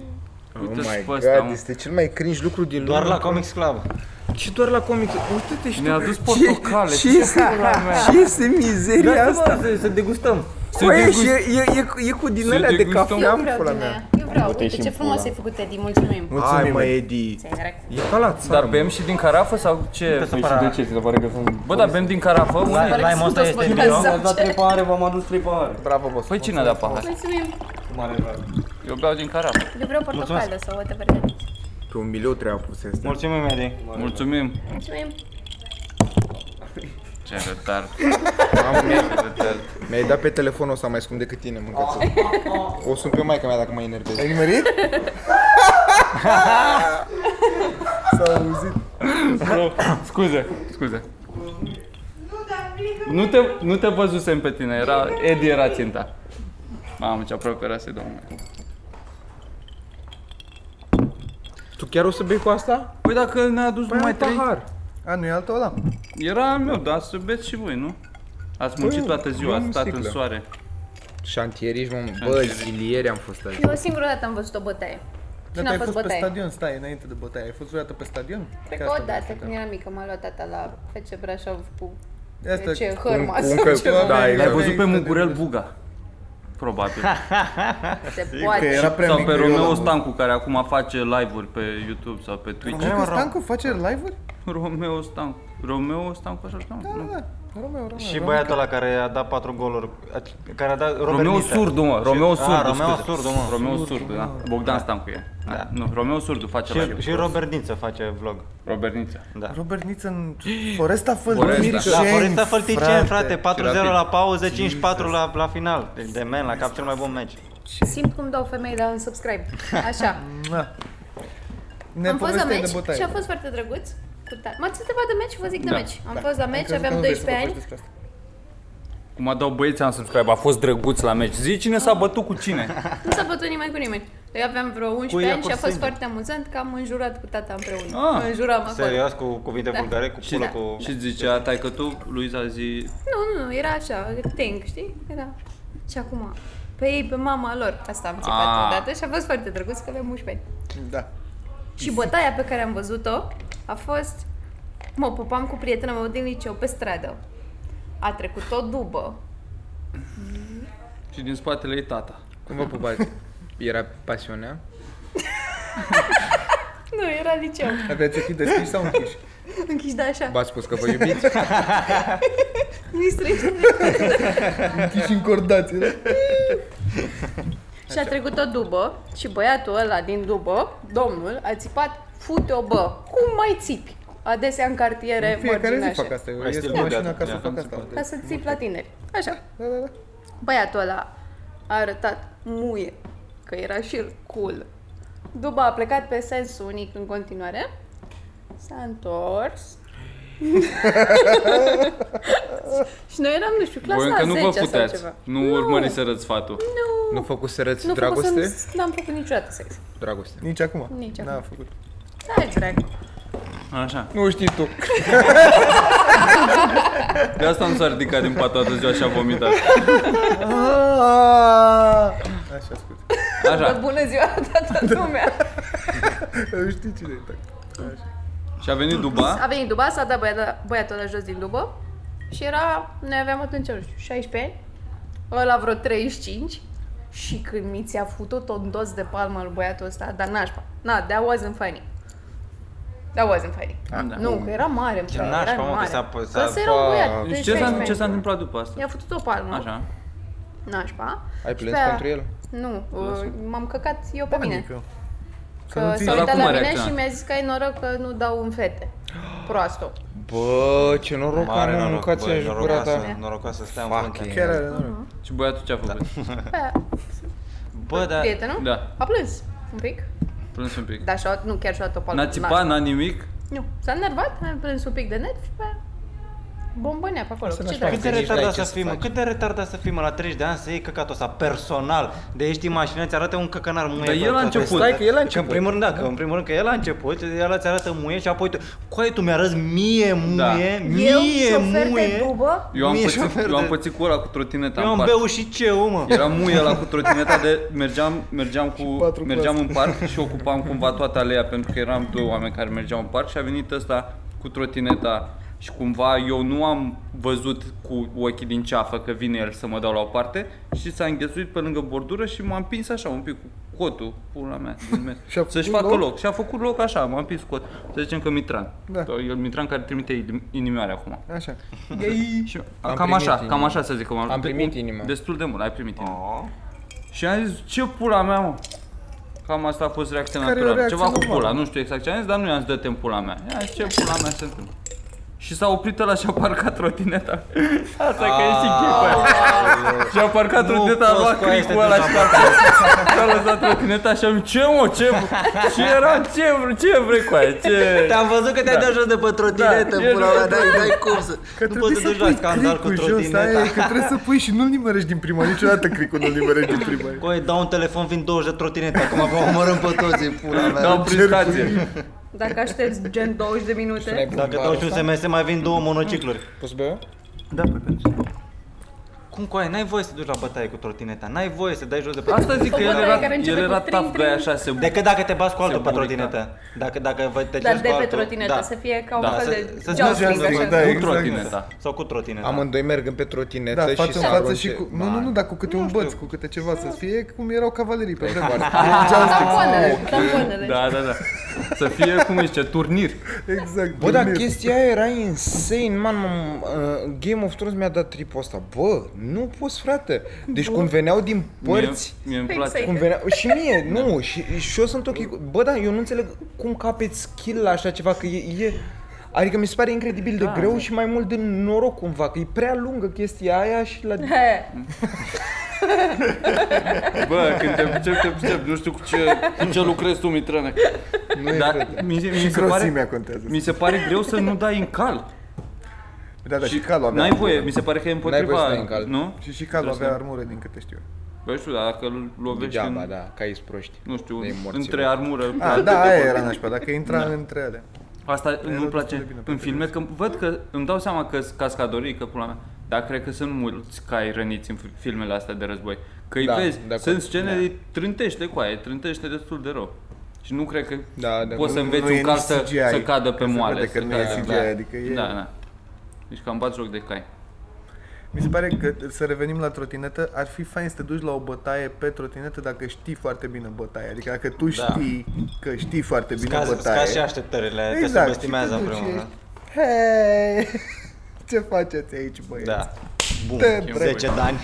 A: Uite
B: oh my
A: pe ăsta,
B: god,
A: mă.
B: este cel mai cringe lucru din lume.
D: Doar la Comics Club.
B: Și doar la comic. Uite-te și
A: Ne-a dus portocale.
B: Ce, ce, este, ce este mizeria asta?
E: Să, să degustăm.
A: Se
B: Bă, e,
A: degust-
B: și e, e, e, e cu din
A: Se
B: alea de
A: degustăm.
B: cafea
F: Eu
B: în
F: vreau
B: pula
F: din
B: mea.
F: aia. da. Eu vreau.
E: Du-te și
F: Uite ce
E: în
F: frumos
E: pula.
F: ai făcut, Edi. Mulțumim.
B: Hai mă, Edi.
F: Ți-ai drac.
B: E ca la țară,
A: Dar bem și din carafă sau ce?
E: Păi și de ce? Ți se pare că sunt...
A: Bă, dar bem din carafă? Unii-
F: Pare că
D: Limeul ăsta
F: sunt
D: este
F: toți
D: bio?
F: bătrâni
E: V-am
F: sau
E: dat trei
F: ce?
E: pahare, v-am adus trei pahare.
B: Bravo, boss.
A: Păi cine a dat pahar?
F: Mulțumim.
E: Mare drag.
A: Eu beau din carafă.
F: Eu vreau portocală sau whatever. that is.
B: Pe un miliu treia pus este.
D: Mulțumim, Edi.
A: Mulțumim.
F: Mulțumim.
A: Ce retard.
B: Mamă, mi-ai,
A: Ce retard.
B: mi-ai dat pe telefonul ăsta mai scump decât tine, mâncați O sun pe maica mea dacă mă enervez.
C: Ai nimerit? S-a auzit.
A: Bro, scuze, scuze. Nu te, nu te văzusem pe tine, era, Edi era ținta. Mamă, ce aproape era să domnule.
B: Tu chiar o să bei cu asta?
A: Păi dacă ne-a adus
B: Păi
A: numai
B: mai
A: trei,
B: pahar.
C: A, nu e altul ăla?
A: era al meu, dar să beți și voi, nu? Ați muncit
B: nu,
A: toată ziua,
B: eu
A: ați
B: nu
A: stat în
B: sticlă.
A: soare.
B: Șantieriști, mă, bă,
A: Șantieriști.
B: zilieri am fost azi.
F: Eu singură dată am văzut o bătaie. Și
C: Dar
F: n-a
C: tu ai
F: fost
C: fost pe
F: bătaie.
C: stadion, stai, înainte de bătaie. Ai fost vreodată pe stadion?
F: Cred
C: Că
F: că
C: asta da.
F: o dată,
C: vreau să
F: când eram mică, m-a luat tata la FC Brașov cu
C: întreb. Asta
F: ce
C: e
F: hărma
B: un căl-
F: sau ceva.
B: da,
A: L-ai
B: exact.
A: văzut pe Mugurel Buga. Probabil.
F: Se
C: că
F: poate.
C: era prea
A: sau
C: mic.
A: pe
C: eu
A: Romeo
C: l-am
A: Stancu, care acum face live-uri pe YouTube sau pe Twitch.
C: văzut. Romeo Stancu face live-uri?
D: Ah,
A: Romeo Stancu. Romeo Stancu, așa se cheamă?
C: Da,
A: Nu.
C: da. Romeo, Romeo.
D: Și băiatul ăla care a dat patru goluri, care a dat Robert
A: Romeo
D: Nita.
A: Surdu, mă, Romeo
D: Și-
A: Surdu,
D: A, Romeo
A: scuze.
D: Surdu, mă.
A: Romeo Surdu, da. Bogdan Stancu e. Ah,
D: Da.
A: Nu, Romeo Surdu face la
D: Și, și Robert Niță face vlog.
A: Robert Nița.
D: Da.
C: Robert Niță în Foresta
A: Foresta.
C: Fălticeni,
D: La Foresta Fălticeni, frate, 4-0 la pauză, 5-4 la, la final. Deci de men, la cap cel mai bun meci.
F: Simt cum dau femei la unsubscribe. Așa.
C: Na. Ne
F: am fost la
C: povesteai de
F: meci
C: bătaie.
F: și a fost foarte drăguț. Cu ta- M-ați întrebat de meci, vă zic de
A: Da.
F: meci. Am
C: Da.
F: fost la
C: Am
F: meci,
C: crezut că
F: aveam
C: nu vrei să
F: 12 ani.
C: vorbești despre asta.
A: Cum a dat băieții în subscribe, a fost drăguț la meci. Zici cine s-a bătut cu cine.
F: Nu s-a bătut nimeni cu nimeni. Eu aveam vreo
D: Cu
F: 11
D: ea
F: ani și a
D: cu
F: fost
D: sânge.
F: foarte amuzant că am înjurat cu tata împreună.
A: Ah.
F: Înjuram acolo.
D: Serios, cu cuvinte
F: Da.
D: vulgare, cu
A: Și,
D: pulă, cu...
A: și zicea, tai că tu, Luiza, zi...
F: Nu, nu, nu, era așa, teng, știi? Era. Și acum, pe ei, pe mama lor, asta am țipat
A: Ah.
F: odată și a fost foarte drăguț că aveam 11 ani.
C: Da.
F: Și bătaia pe care am văzut-o a fost... Mă pupam cu prietena mea din liceu pe stradă. A trecut o dubă.
A: Și din spatele ei tata.
B: Cum vă pupați? Era pasiunea?
F: Nu, era liceu.
C: Aveați ochii deschiși sau închiși?
F: Închiși de așa.
B: V-ați spus că vă iubiți?
F: Nu-i străin.
C: Închiși încordați. era.
F: Și a trecut o dubă și băiatul ăla din dubă, domnul, a țipat, fute-o bă, cum mai țipi? Adesea în cartiere
C: În fiecare zi
F: mărginașe.
C: fac asta. Eu
D: Ai
C: ies
D: stil
C: cu
D: de
C: mașina
D: gata.
C: ca să
D: Ia,
C: fac
D: am
C: asta.
F: Ca să țipi la tineri. Așa.
C: Da, da, da.
F: Băiatul ăla a arătat muie, că era și el cool. După a plecat pe sens unic în continuare, s-a întors. și noi eram, nu știu, clasa
A: Voi încă
F: a
A: nu vă
F: 10 sau
A: puteți.
F: ceva.
A: Nu, nu. urmăriserăți sfatul.
F: Nu,
B: nu făcuserăți
F: nu
B: dragoste?
F: făcusem- N-am făcut niciodată sex.
B: Dragoste.
C: Nici acum.
F: Nici
C: N-a făcut.
F: Da, dracu.
A: Așa.
B: Nu știi tu.
A: De asta nu s-a ridicat din pat toată ziua și a vomitat.
C: Ah! Așa, scuze.
A: Așa. Da.
F: Bună ziua la toată lumea.
C: Eu știu cine e da. tac.
A: Și a venit Duba.
F: A venit duba, s-a dat băiat, băiatul ăla jos din dubă și era, noi aveam atunci, nu știu, 16 ani, ăla vreo 35 și când mi ți-a futut un dos de palmă al băiatul ăsta, dar nașpa, na, that wasn't funny. That wasn't funny.
A: da.
F: Nu, că era mare, îmi era
D: nașpa, mă, că
F: mare.
D: s-a- s-a-
F: Că ăsta era un băiat de
A: Deci ce
F: 16
A: s-a,
F: ani.
A: ce s-a întâmplat după asta?
F: I-a futut o palmă.
A: Așa.
F: Nașpa.
B: Ai
F: Și
B: plâns
F: pe aia-
B: pentru el?
F: Nu, uh, m-am căcat eu pe mine.
C: Panică.
F: Că
A: ții.
F: s-a
A: Ăla
F: uitat
A: cum
F: la
A: a
F: mine
A: reacționat?
F: și mi-a zis că ai noroc că nu dau în fete. Proastul.
B: Bă, ce noroc că
D: Mare
B: am
D: noroc,
B: mâncat
D: băi,
B: și gura
D: norocoasă,
B: ta.
D: norocoasă, stai în
B: Fuck
D: frunte.
B: it.
C: Chiar are noroc.
A: Și băiatul ce a făcut?
D: Da.
F: Pe aia,
D: Bă, dar
F: prietenul?
A: Da.
F: A plâns un pic.
A: Plâns un pic.
F: Da, și-a, nu, chiar și-a luat o palmă.
A: N-a țipat, n-a nimic.
F: Nu, s-a enervat, a plâns un pic de net și pe aia bombănea pe acolo. Ce
D: cât de
F: dracu?
B: Nici n-ai
D: retardat
B: ce
D: să
B: să
D: fii, mă,
B: faci.
D: cât de retardat să fii, mă, la 30 de ani să iei căcatul ăsta personal. De ești din mașină, ți arată un căcănar muie.
A: Dar
D: pe
A: el a
D: toată.
A: început.
D: Stai
B: Stai că el a
D: Că în
B: început.
D: primul rând, da, că în primul rând că el a început, el ți arată muie și apoi tu, coai, tu mi-arăți mie muie,
A: Da.
F: Eu,
D: mie
F: șofer de
D: muie.
F: dubă,
A: Eu am,
D: Mie
A: pățit,
D: șofer
A: eu am
D: de-
A: pățit cu ăla cu trotineta
D: Eu
A: în
D: am
A: parc.
D: beu și ce, mă.
A: Era muie la cu trotineta de mergeam, mergeam, cu,
C: patru
A: mergeam în parc și ocupam cumva toată alea pentru că eram doi oameni care mergeau în parc și a venit ăsta cu trotineta și cumva eu nu am văzut cu ochii din ceafă că vine el să mă dau la o parte și s-a înghesuit pe lângă bordură și m-a împins așa un pic cu cotul, pula mea, din mers.
C: Și-a făcut
A: să-și facă
C: loc?
A: loc. Și a făcut loc așa, m-a împins cu cotul. Să zicem că Mitran.
C: Da.
A: Că El Mitran care trimite inim- inimioare acum.
C: Așa.
A: Și,
B: Am
A: cam
B: primit
A: așa,
B: inima.
A: cam așa să zic că m-am
B: Am primit inima.
A: Destul de mult, ai primit inima. Și am zis, ce pula mea, mă? Cam asta a fost reacția
C: Care e o
A: naturală.
C: reacție
A: Ceva cu
C: normală.
A: pula, nu știu exact ce am zis, dar nu i-am zis, dă-te în pula mea. I-am zis, ce pula mea se întâmplă? Și s-a oprit ăla și a parcat rotineta. Asta că e și chipă. Și a parcat
D: Nu
A: rotineta, a
D: poți,
A: luat
D: cu aia
A: cricul
D: te
A: ăla
D: duci
A: și a parcat. Și a lăsat rotineta și am zis, ce mă, ce, ce era, ce, vrei- ce vrei cu aia, ce...
D: Te-am văzut că te-ai
A: Da.
D: dat jos de pe trotinetă,
A: Da, e
D: pula mea,
A: jur-
D: dai, dai cum să...
C: Că
D: nu
C: trebuie
D: poți să
C: să
D: duci la
C: pui
D: scandal cu
C: cricul jos, aia e,
D: trotineta.
C: că trebuie să pui și nu-l nimerești din prima, niciodată cricul nu-l nimerești din prima.
D: Coi, dau un telefon, vin 20 de trotinete, acum vă omorâm pe toți, pula
B: Da,
D: mea.
A: Dau prin stație.
F: dacă aștepți gen 20 de minute,
D: Dacă dau și un SMS, mai vin două monocicluri.
B: Poți bea?
D: Da, pe pentru. Cum coai, n-ai voie să duci la bătaie cu trotineta, n-ai voie să dai jos de pe
A: Asta zic că el
F: Obodaia
A: era,
F: care începe
A: el era
F: cu trin,
A: taf de aia
F: trin.
A: așa, se
D: Decât dacă te bați cu altul
A: Se
D: pe
A: burica.
D: trotinetă. Dacă, dacă vă te
F: dar
D: cerți
F: de
D: cu
F: pe
D: altul,
F: trotinetă,
D: da.
F: să fie ca un
A: Da,
F: fel
D: să-
F: de
D: să-ți
F: jostling
C: mergi
F: așa.
C: Da,
A: cu
C: exact.
A: trotineta.
D: Sau cu trotineta.
B: Amândoi mergând pe trotinetă
C: Da,
B: și
C: față în
B: s-au
C: față și
B: aruncat.
C: cu... Nu, nu, nu, dar cu câte un băț, cu câte ceva să fie, cum erau cavalerii pe vremea.
F: Tampoanele, tampoanele.
A: Da, da, da. Să fie, cum zice, turnir.
C: Exact.
B: Bă, dar
C: Bine.
B: chestia aia era insane, man, m- uh, Game of Thrones mi-a dat tripul ăsta. Bă, nu poți, frate. Deci cum veneau din părți,
A: Mie, mie îmi
F: Fix
A: place.
F: ai-
B: cum venea, și mie, nu, și, și eu sunt ok cu... Bă, da, eu nu înțeleg cum capeți skill la așa ceva, că e... e adică mi se pare incredibil de greu și mai mult de noroc cumva, că e prea lungă chestia aia și la...
G: Bă, când te pricep, te pricep. Nu știu cu ce, cu ce lucrezi tu, Mitrane.
B: Nu e
A: Dar
B: cred.
A: mi se, mi,
C: Păi, Și
A: se pare,
C: grosimea contează.
A: mi se pare greu să nu dai în cal.
C: Da, da, și,
A: Și
C: calul avea.
A: n-ai voie, mi se pare că e
B: voie să
A: împotriva,
B: dai în cal.
A: nu?
C: Și și calul
A: Trebuie
C: avea
A: să- Da,
C: armură din câte știu.
A: Bă, nu știu, dar dacă îl lovești
B: Degeaba,
A: în,
B: da, ca ești proști.
A: nu știu,
B: de morți,
A: între
B: bă.
A: armură. cu
C: A,
A: alte
C: da, aia
A: decoruri.
C: era nașpa, dacă intra da. între ele.
A: Asta
C: destul
A: nu-mi
C: de
A: place
C: bine
A: în
C: pregătit.
A: filme, că văd că îmi dau seama că sunt cascadorii, că pula mea, dar cred că sunt mulți cai răniți în fi- filmele astea de război. Că îi
B: Da,
A: vezi,
B: de acord.
A: sunt scene,
C: Da.
A: de trântește cu aia, trântește destul de rău. Și nu cred că
B: Da, de
A: poți să
C: Nu-
A: înveți
C: nu e
A: un cal
C: nici
A: să,
C: CGI,
A: să cadă pe
C: că se
A: moale.
C: vede că
A: să
C: nu
A: cadă-
C: e CGI,
A: da.
C: adică e-
A: Da, da. Deci cam bat joc de cai.
C: Mi se pare că, să revenim la trotinetă, ar fi fain să te duci la o bătaie pe trotinetă dacă știi foarte bine bătaia. Adică dacă tu știi că știi foarte bine
D: Da. Scazi,
C: bătaie.
D: scazi și așteptările, te
C: Exact,
D: subestimează
C: și
D: în
C: te duci
D: primul
C: și
D: rând.
C: Hei! Ce faceți aici, băieți?
D: Da. Bun,
C: Te
D: 10 de ani.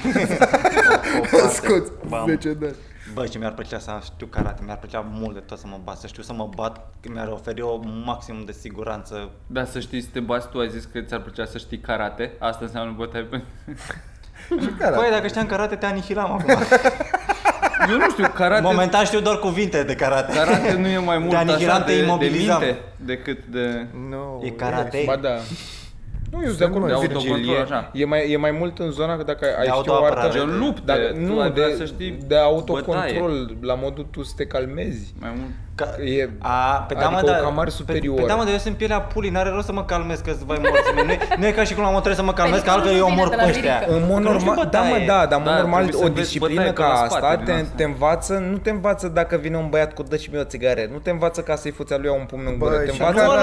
C: Scoți
D: Bam.
C: 10 de
D: Bă, ce mi-ar plăcea să știu karate, mi-ar plăcea mult de tot să mă bat, să știu să mă bat, că mi-ar oferi o maximum de siguranță.
A: Da, să știi, să te bați, tu ai zis că ți-ar plăcea să știi karate, asta înseamnă bătaie pe...
D: Păi, dacă știam karate, te anihilam acum.
A: Eu nu știu, karate...
D: Momentan știu doar cuvinte de karate.
A: Karate nu e mai mult așa
D: anihilam, te
A: de, de
D: imobilizam.
A: minte decât de...
C: No,
D: E karate.
B: Ba da. Nu, eu sunt de acord
A: de
B: cu Virgil,
A: autocontrol,
B: e,
A: așa.
B: e, mai, e mai mult în zona că dacă ai ști o
D: autoapărare.
B: artă...
A: De lupte,
B: Dacă,
A: tu
B: nu,
A: ai vrea
B: de,
A: să știi
B: de autocontrol, la modul tu să te calmezi.
A: Mai mult...
D: Ca...
B: E,
D: A, pe
B: adică
D: damă,
B: o
D: da,
B: camar
D: Pe,
B: superioară.
D: pe damă, dar eu sunt pielea pulii, n-are rost să mă calmez că vai morți mei. nu, e- nu e ca și cum la mă trebuie să mă calmez, că
F: Păi,
D: altfel
F: nu
D: eu
F: vine
D: omor
F: de la
D: pe ăștia.
F: lirică.
B: În mod
D: Că nu știu
B: normal, da, mă,
D: bătaie.
B: da, dar în mod
A: Da,
B: normal
A: trebuie să
B: o
A: înveți
B: disciplină
A: bătaie
B: ca
A: pe la
B: asta
A: spate
B: te,
A: din asta.
B: te învață, nu te învață dacă vine un băiat cu dă și mie o țigară, nu te învață ca să-i fuți al lui un pumn în
C: Bă,
B: gură,
C: și
B: te
D: Nu
B: învață...
C: acolo-
D: ăla,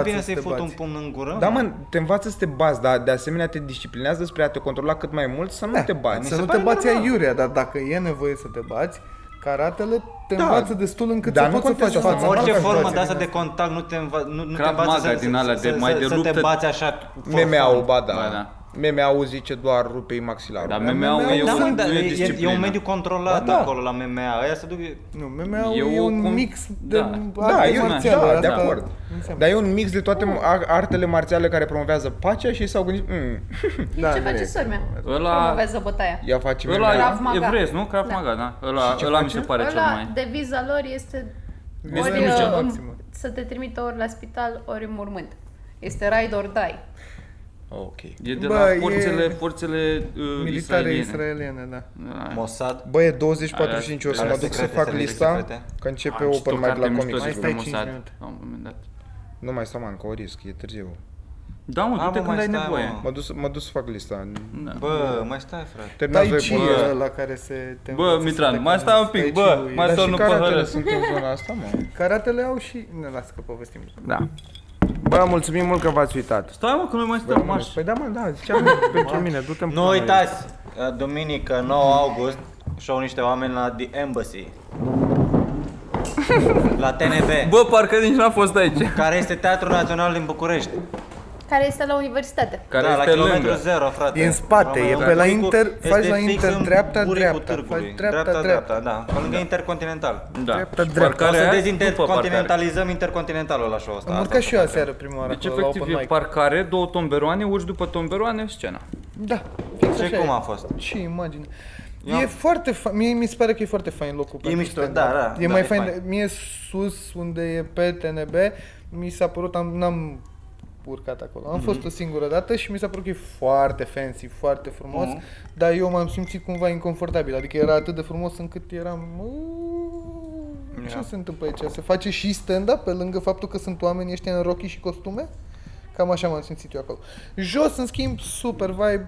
D: nu ăla
C: te învață
D: e bine
C: să
D: să-i
C: te
D: fut un
C: bați.
D: pumn în gură?
B: Da, mă, te învață să te bați, dar de asemenea te disciplinează spre a te controla cât mai mult să nu
A: Da,
B: te bați.
C: Să nu te bați aiurea, dar dacă e nevoie să te bați, karatele te
B: Da.
C: învață destul încât
B: Dar
C: să
B: nu
C: poți să faci
B: contează asta,
C: față.
B: mă,
D: Orice
C: în altă
D: formă de
C: situație
D: asta de
C: din
D: contact nu te învață, nu, nu te
A: Krav
D: învață
A: Maga
D: să,
A: din alea de-
D: să-
A: mai
D: să-
A: de
D: să te
A: luptă.
D: bați așa. for
B: MMA-ul,
D: fun.
B: ba
A: Ba,
B: da.
A: da.
B: MMA-ul zice doar rupe măxilarul.
A: Dar MMA-ul e,
D: Da,
A: un-
D: mă,
A: nu
D: dar
A: e
D: e, e, e,
A: disciplină.
D: un mediu controlat
B: Ba da.
D: acolo la MMA. Aia se duc...
C: Nu, MMA
A: E
C: e,
A: o
C: un
A: com-
C: mix de
A: da.
C: arte
B: Da, e un,
C: marțială,
B: da,
C: asta
B: de acord.
C: înseamnă.
B: Dar e un mix de toate ar- artele marțiale care promovează pacea și s-au gândit, mm,
C: Da,
F: Da, ce
C: nu e.
F: face sormea?
A: Ăla...
F: Promovează bătaia.
B: ia facem
A: Ăla
F: Krav
A: e
F: Maga.
A: evrez, nu? Krav
F: Da.
A: Maga, da. Ăla,
B: ce
A: ăla mi
B: face?
A: se pare cel
F: Ăla,
A: mai...
F: deviza lor este
C: Viziune
F: ori,
C: mică,
F: uh,
C: maximă.
F: în, să te trimită ori la spital, ori în mormânt. Este ride or die.
B: Ok.
A: E de
C: Bă,
A: la
C: e-
A: forțele, forțele uh,
C: Militare
A: israeliene.
C: israeliene, da.
A: Da.
D: Mossad.
B: Bă, e 20-45,
A: Alea-
B: o să
D: alea
B: mă duc să
D: secrete,
B: fac
D: să le
B: lista,
D: secrete.
B: că începe
A: Am citit
B: open
A: o
B: mic
A: carte
B: la
A: mișto
B: comics.
A: despre
C: Mai stai
A: Mossad,
C: cinci minute.
A: La un moment dat.
B: Nu mai stau, man, că o risc, e târziu.
A: Da, mă,
D: A,
A: du-te
D: mă,
A: când
D: mai
A: ai
D: stai,
A: nevoie.
D: mă.
B: Mă duc, să- mă duc să fac lista.
A: Da.
D: Bă, mai stai, frate.
B: Terminați
C: Tai
B: voi
C: Chi
B: până-
A: bă.
C: e la care se te
A: Bă,
C: învață să
A: Mitran,
C: te
A: mai stai un pic,
C: calmezi. Tai
A: bă,
C: Chi-ul e-
A: mai
B: Dar
A: stau
B: și
A: nu
B: karatele
A: pahără.
B: sunt în zona asta, mă.
C: Karatele au și... Ne las că povestim. Păi
H: Da. Bă, mulțumim mult că v-ați uitat.
A: Stai, mă, că noi mai stăm,
H: Bă,
A: marș.
H: Păi da, mă, da, ziceam pentru mine, du-te
D: Nu uitați, uh, duminică 9 august, show niște oameni la The Embassy. La TNB,
A: Bă, parcă nici n-am fost aici.
D: care este Teatrul Național din București.
F: Care este la universitate.
A: Care
D: da,
A: este
D: la kilometru
A: lângă.
D: zero, frate.
C: E în spate, e pe la inter-
D: Este
C: faci la
D: fix
C: inter
D: în
C: dreapta,
D: buricul
C: dreapta,
D: târgului.
C: faci dreapta,
D: dreapta, da. Pe lângă Intercontinental.
A: Da.
C: Dreapta,
A: Și
C: dreapta.
D: Care
A: parcarea
D: o să
A: aia,
D: dezintercontinentalizăm intercontinentalul la show ăsta.
C: Am
D: Asta
C: urcat și eu aseară prima oară
A: Deci,
C: acolo la open
A: efectiv, e
C: mic.
A: parcare, două tomberoane, urci după tomberoane, scena.
C: Da.
D: Și
C: Așa
D: cum
C: e.
D: a fost?
C: Ce imagine. E foarte fa- mie mi se pare că e foarte fain locul pentru
D: mișto,
C: stand-up.
D: da, da,
C: E
D: da,
C: mai
D: e
C: fain,
D: fain.
C: mie sus unde e pe TNB, mi s-a părut am n-am urcat acolo.
D: Mhm.
C: Am fost o singură dată și mi s-a părut că e foarte fancy, foarte frumos,
D: Mhm.
C: dar eu m-am simțit cumva inconfortabil. Adică era atât de frumos încât eram "Uuu, ce se întâmplă aici? Se face și stand-up pe lângă faptul că sunt oamenii ăștia în rochii și costume? Cam așa m-am simțit eu acolo. Jos, în schimb, super vibe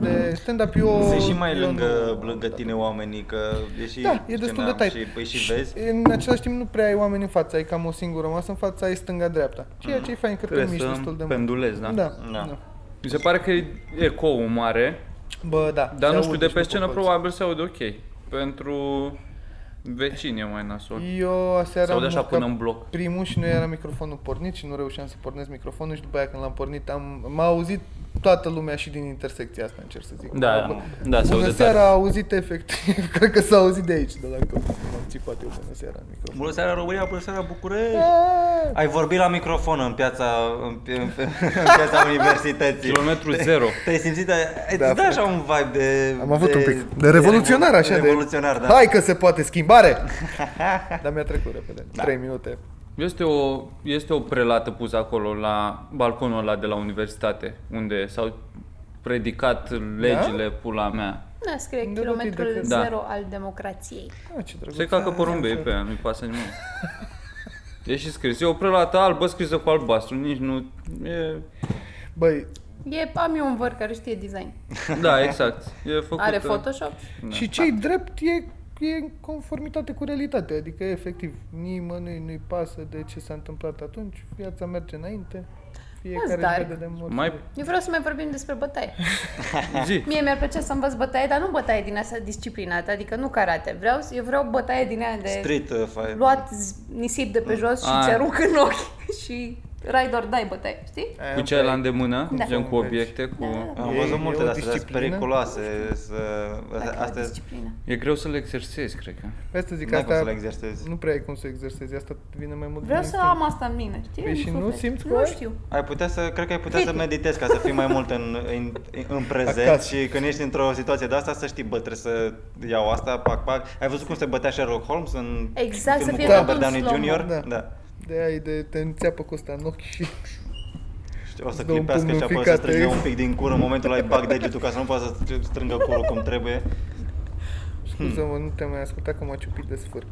C: de stand-up. Eu,
D: Sunt și mai
C: eu
D: lângă,
C: nu-
D: lângă tine oamenii, că e și
C: Da, e destul
D: scena
C: de tight.
D: Și, păi și vezi.
C: În același timp nu prea ai oameni în față, ai cam o singură masă în față, ai stânga-dreapta. Ceea ce e fain, că te
A: Trebuie
C: miști
A: să
C: destul de mult.
A: pendulezi, da.
C: Da,
D: Da.
C: da.
A: Mi se pare că e ecou mare,
C: Bă, da.
A: Dar
C: se
A: nu știu,
C: aude
A: de
C: și
A: pe
C: după
A: scenă
C: colț.
A: probabil se aude ok. Pentru Vecin e mai nasol.
C: Eu aseară
A: Sau de
C: am
A: așa
C: mușcat
A: până în bloc.
C: primul și nu era microfonul pornit și nu reușeam să pornesc microfonul și după aia când l-am pornit am, m-a auzit toată lumea și din intersecția asta, încerc să zic.
A: Da,
C: Bună
A: da, se aude
C: seara,
A: tare.
C: a auzit efectiv, cred că s-a auzit de aici, de la că m-am țipat eu bună seara în microfon.
D: Bună seara România, bună seara București!
C: Da.
D: Ai vorbit la microfon în piața, în, pi- în, în piața universității.
A: Kilometru zero.
D: Te-ai simțit, ai, ai da, așa un vibe de...
C: Am avut
D: de,
C: un pic de revoluționar
D: de,
C: așa de...
D: Revoluționar, da.
C: Hai că se poate, schimbare! Dar mi-a trecut repede, da. 3 minute.
A: Este o, este o prelată pusă acolo la balconul ăla de la universitate, unde s-au predicat
C: Da?
A: legile pula mea.
F: Da, scrie
C: Nu te
F: kilometrul
C: cred.
A: Da.
F: zero al democrației.
C: Ah, ce drăguț.
A: Se cacă porumbei pe aia, nu-i pasă nimeni. E și scris. E o prelată albă scrisă cu albastru, nici nu... E...
C: Băi,
F: E, am eu un văr care știe design.
A: Da, exact. E făcută...
F: Are Photoshop?
D: Da.
A: Da.
C: Și ce-i drept e, e în conformitate cu realitatea, adică efectiv nimănui nu-i pasă de ce s-a întâmplat atunci, viața merge înainte, fiecare
F: dark.
C: vede de mort.
A: Mai
F: Eu vreau să mai vorbim despre bătaie.
A: zi.
F: Mie mi-ar plăcea să învăț bătaie, dar nu bătaie din asta disciplinată, adică nu karate. Vreau, eu vreau bătaie din aia de
D: Street uh, fight.
F: luat z- nisip de pe jos și
A: Ah.
F: ți arunc în ochi și rai doar dai bătaie, știi?
A: Cu ce ai la îndemână,
F: Da.
A: gen cu obiecte, cu...
D: Am
C: E-
D: văzut
C: e
D: multe
C: o
D: de astea sunt
C: disciplină?
D: periculoase. Să,
F: Dacă
D: astea,
F: e disciplină.
A: E greu să le exersezi, cred că.
C: Pe asta zic,
D: n-ai cum să le
C: asta
D: exersezi.
C: nu prea ai cum să exersezi, asta vine mai mult
F: Vreau
C: din
F: să
C: instinct.
F: am asta în mine, știi?
C: Păi
F: În
C: și nu
F: suflet.
C: simți că
F: Nu
C: ai?
F: știu.
D: Ai putea să, cred că ai putea să meditezi ca să fii mai mult în, în, în prezent
C: Acasă.
D: și când ești într-o situație de asta să știi, bă, trebuie să iau asta, pac, pac. Ai văzut cum se bătea Sherlock Holmes în
F: Exact, să
D: filmul
F: fie
D: cu
F: totul
D: Robert
F: în
D: Downey
F: slow-mo.
D: Jr.?
C: Da.
D: da.
C: De aia e de te înțeapă cu ăsta în ochi și
D: Știu, O să
C: Îți dă un
D: clipească
C: pumn
D: și apoi să
C: înficat,
D: strângă
C: e-
D: un pic din cur în momentul ăla îi bag degetul ca să nu poată să strângă curul cum trebuie.
F: Hmm.
C: scuză-mă, nu te-am mai ascultat că m-a ciupit de sfârc.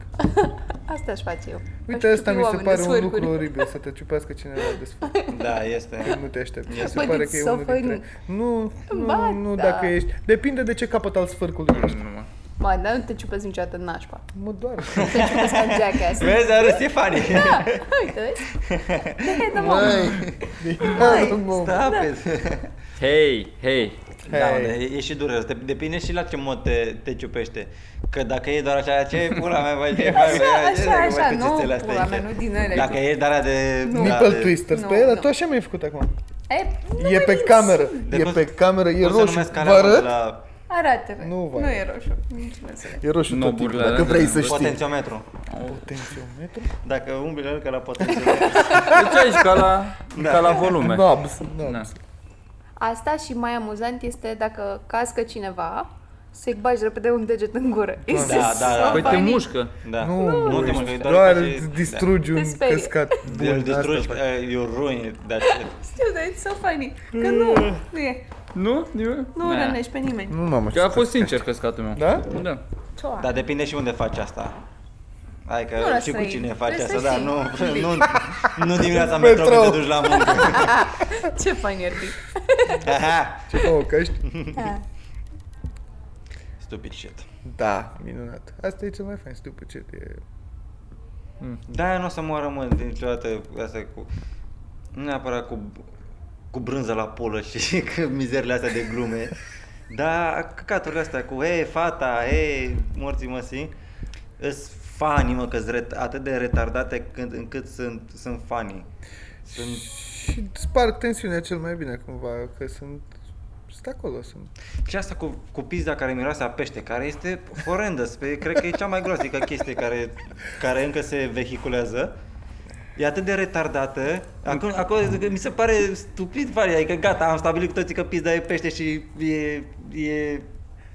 F: Asta aș face eu.
C: Uite,
F: Aș
C: asta
F: ciupi
C: mi se
F: oameni
C: pare
F: de
C: un
F: sfârcuri.
C: lucru oribil, să te ciupească cineva de sfârc.
D: Da, este.
C: nu te aștepți. Mi se
F: But
C: pare
F: it's
C: că e
F: so
C: unul dintre... Nu,
F: Păi Ba
C: nu, nu
F: da. Mm.
C: dacă ești... Depinde de ce capăt al sfârcului ești.
F: Mai, dar nu te ciupesc niciodată în nașpa.
C: Mă doare.
F: Nu te ciupesc ca jackass.
D: Vezi, are Stefani.
F: Da, uite, vezi? De da, mă.
D: Da,
A: Hei, hei!
D: da, da, e și dureros. Te- Depinde și la ce mod te, te ciupește. Că dacă e doar așa, ce pula mea, băi, ce faci, băi,
F: așa,
D: ce dacă
F: așa,
D: mai
F: nu,
D: cuțitele astea
F: pula
D: aici?
F: mea, nu din ele.
D: Dacă e doar de... da,
C: Nipple
D: de-
C: twisters
F: Nu,
C: pe ele,
F: nu.
C: tu așa mi-ai făcut acum.
F: E, nu
C: E pe
F: mai
C: cameră,
D: De
C: e
D: cum-
C: pe cameră, e
D: cum se
C: roșu.
D: numesc
C: Vă
D: alea, mă, de
C: arăt?
D: La
F: Arată.
C: Nu, vai.
F: nu e roșu. Nici nu înțeleg.
C: E roșu tot
A: Noburile
C: timpul,
A: alea
C: dacă
A: de
C: vrei să
A: rând.
C: știi.
D: potențiometru.
C: Potențiometru?
D: Dacă umbli la el ca la potențiometru.
A: Deci aici ca la, ca la volume.
C: Knobs.
A: Da.
C: knobs.
F: Asta și mai amuzant este dacă cască cineva, să-i bagi repede un deget în gură. Este
D: da, da.
F: so
A: Păi te
F: funny.
A: mușcă.
D: Da.
C: Nu,
D: nu te
C: ești-
D: mă,
C: doar
D: doar
C: îți distrugi
F: Te
C: un
F: sperie.
C: căscat. Bun, da.
D: Îl
C: asta
D: distrugi,
C: fac.
D: uh, you ruin it, that shit.
F: Știu, dar it's so funny. Că nu, nu e.
A: Nu? Eu?
F: Nu
D: Da.
A: Nah.
F: rănești pe nimeni.
C: Nu, mamă,
A: Că a
C: ce
A: fost sincer căscatul meu.
C: Da?
A: Da.
F: Cioa.
D: Dar depinde și unde faci asta. Hai că
F: Nu la
D: și cu
F: străini.
D: cine faci
F: Trebuie
D: asta,
F: să
D: da,
F: știi.
D: nu, nu, nu dimineața în metro când te duci la muncă.
F: Ce fain ar fi.
D: Aha.
C: ce nouă căști?
D: Stupid shit.
C: Da, minunat. Asta e cel mai fain, știu pe ce e.
D: Da, nu o să moară, mă, niciodată asta cu... Nu neapărat cu, cu brânză la polă și cu mizerile astea de glume. Dar căcaturile astea cu, e, fata, e, morții măsii, îs fani, mă, că sunt atât de retardate când, încât sunt, sunt fanii. Sunt
C: Și sparg tensiunea cel mai bine cumva, că sunt... Sunt acolo, sunt.
D: Și asta cu, cu pizza care miroase a pește, care este horrendă, pe, cred că e cea mai groaznică chestie care, care încă se vehiculează. E atât de retardată. Acum, acum mi se pare stupid, varia, adică gata, am stabilit cu toții că pizza e pește și e, e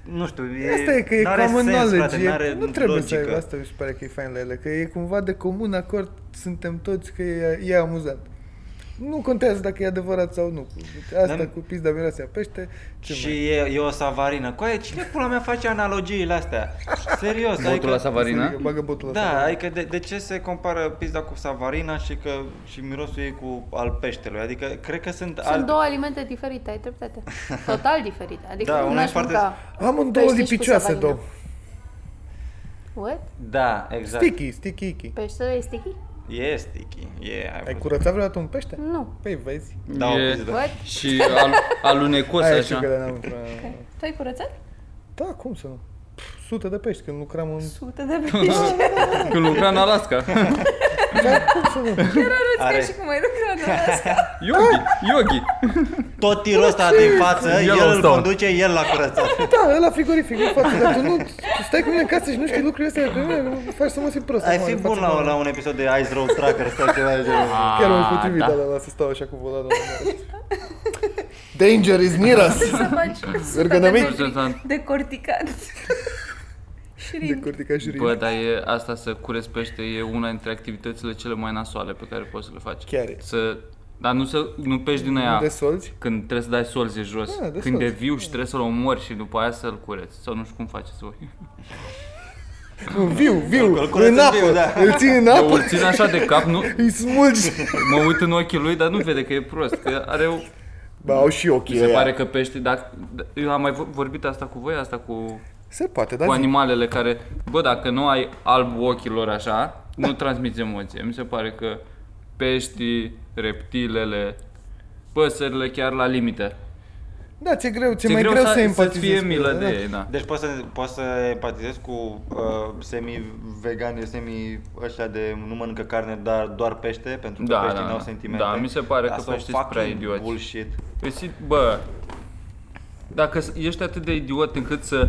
D: nu știu, e,
C: Asta e că e
D: n-are
C: common
D: sens,
C: knowledge,
D: frate,
C: e,
D: n-are
C: nu trebuie
D: logică.
C: să ai, asta mi se pare că e fain la ele, că e cumva de comun acord, suntem toți că e, e amuzant. Nu contează dacă e adevărat sau nu. Asta
D: Dar-
C: cu pizda miroase a pește, ce
D: Și
C: mai?
D: e, e, o savarină. Coaie, cine pula mea face analogiile astea? Serios,
A: Botul la
F: Păi
A: Savarina?
C: Adică Bagă botul ăsta.
D: Da, adică de, de ce se compară pizza cu savarina și că și mirosul ei cu al peștelui? Adică cred că sunt,
F: Sunt două alimente diferite, ai dreptate. Total diferite. Adică
D: Da,
F: nu
D: una e
F: aș
D: foarte-
F: mânca
C: Amândouă
F: pește Păi și cu
C: lipicioase,
F: savarină.
C: două.
F: What?
D: Da, exact.
C: Sticky, sticky, icky.
F: Peștele e sticky?
D: E sticky. E, ai
C: Ai
D: văzut.
C: curățat vreodată un pește?
F: Nu.
C: Păi vezi.
D: Da, o
A: E-
D: pizdă.
F: What?
A: Și al, alunecos
C: Aia știu
A: așa.
C: că n-am...
F: Tu ai curățat?
C: Da, cum să nu? sute de pești când lucram în...
F: Sute de pești.
A: Când lucra în Alaska.
C: Da,
F: Chiar arăți
D: Are.
F: ca și cum ai lucrat la asta.
A: Yogi, yogi.
D: Tot tirul ăsta din față, el îl
A: Yellowstone.
D: conduce, el l-a curățat.
C: Da, ăla frigorific, în față, dar tu nu tu stai cu mine în casă și nu știi lucrurile astea, că mă faci să mă simt prost.
D: Ai
C: acum,
D: fi
C: în
D: bun
C: fața
D: la,
C: mea.
D: la un episod de Ice Road Tracker sau ceva de genul.
C: Chiar am potrivit,
A: Ah,
C: da, da, da, să stau așa cu volanul. în mână. Danger is near us!
F: Să faci sute de
A: da.
C: Ergonomic.
F: metri de corticat.
C: De
F: Shrink.
C: curte ca jurii.
A: Bă, dar e, asta să cureți pește e una dintre activitățile cele mai nasoale pe care poți să le faci.
C: Chiar e.
A: Să, dar nu, să, nu pești din aia
C: De solzi?
A: când trebuie să dai solze jos,
C: Da, de
A: când e
C: solzi.
A: viu și trebuie să-l omori și după aia să-l cureți. Sau nu știu cum faceți voi.
C: Nu, viu, viu,
D: Îl curăț
C: în
D: în viu,
C: apă,
D: da.
C: îl ții în
A: Eu
C: apă,
A: îl țin așa de cap, nu,
C: îi smulgi.
A: mă uit în ochii lui, dar nu vede că e prost, că are o...
C: Ba, au și ochii
A: Se
C: ăia.
A: pare că pește, dar da, eu am mai vo- vorbit asta cu voi, asta cu,
C: Se poate,
A: cu
C: da? zi.
A: animalele care, bă, dacă nu ai alb ochilor așa, nu transmiți emoție. Mi se pare că peștii, reptilele, păsările chiar la limite.
C: Da, ți-e greu, ți-e
A: Ți-e
C: mai greu să
A: să-ți
C: empatizezi.
A: fie
C: cu
A: milă
C: ele,
A: de
C: da.
A: ei, da.
D: Deci poți să, poți să empatizezi cu uh, semi-vegani, semi ăștia de nu mănâncă carne, dar doar pește, pentru că
A: Da,
D: peștii
A: da,
D: n-au
A: da.
D: sentimente.
A: Da, mi se pare
D: That's
A: că
D: so
A: peștii sunt prea
D: fucking
A: idioți.
D: Bullshit.
A: Păi, bă, dacă s- ești atât de idiot încât să...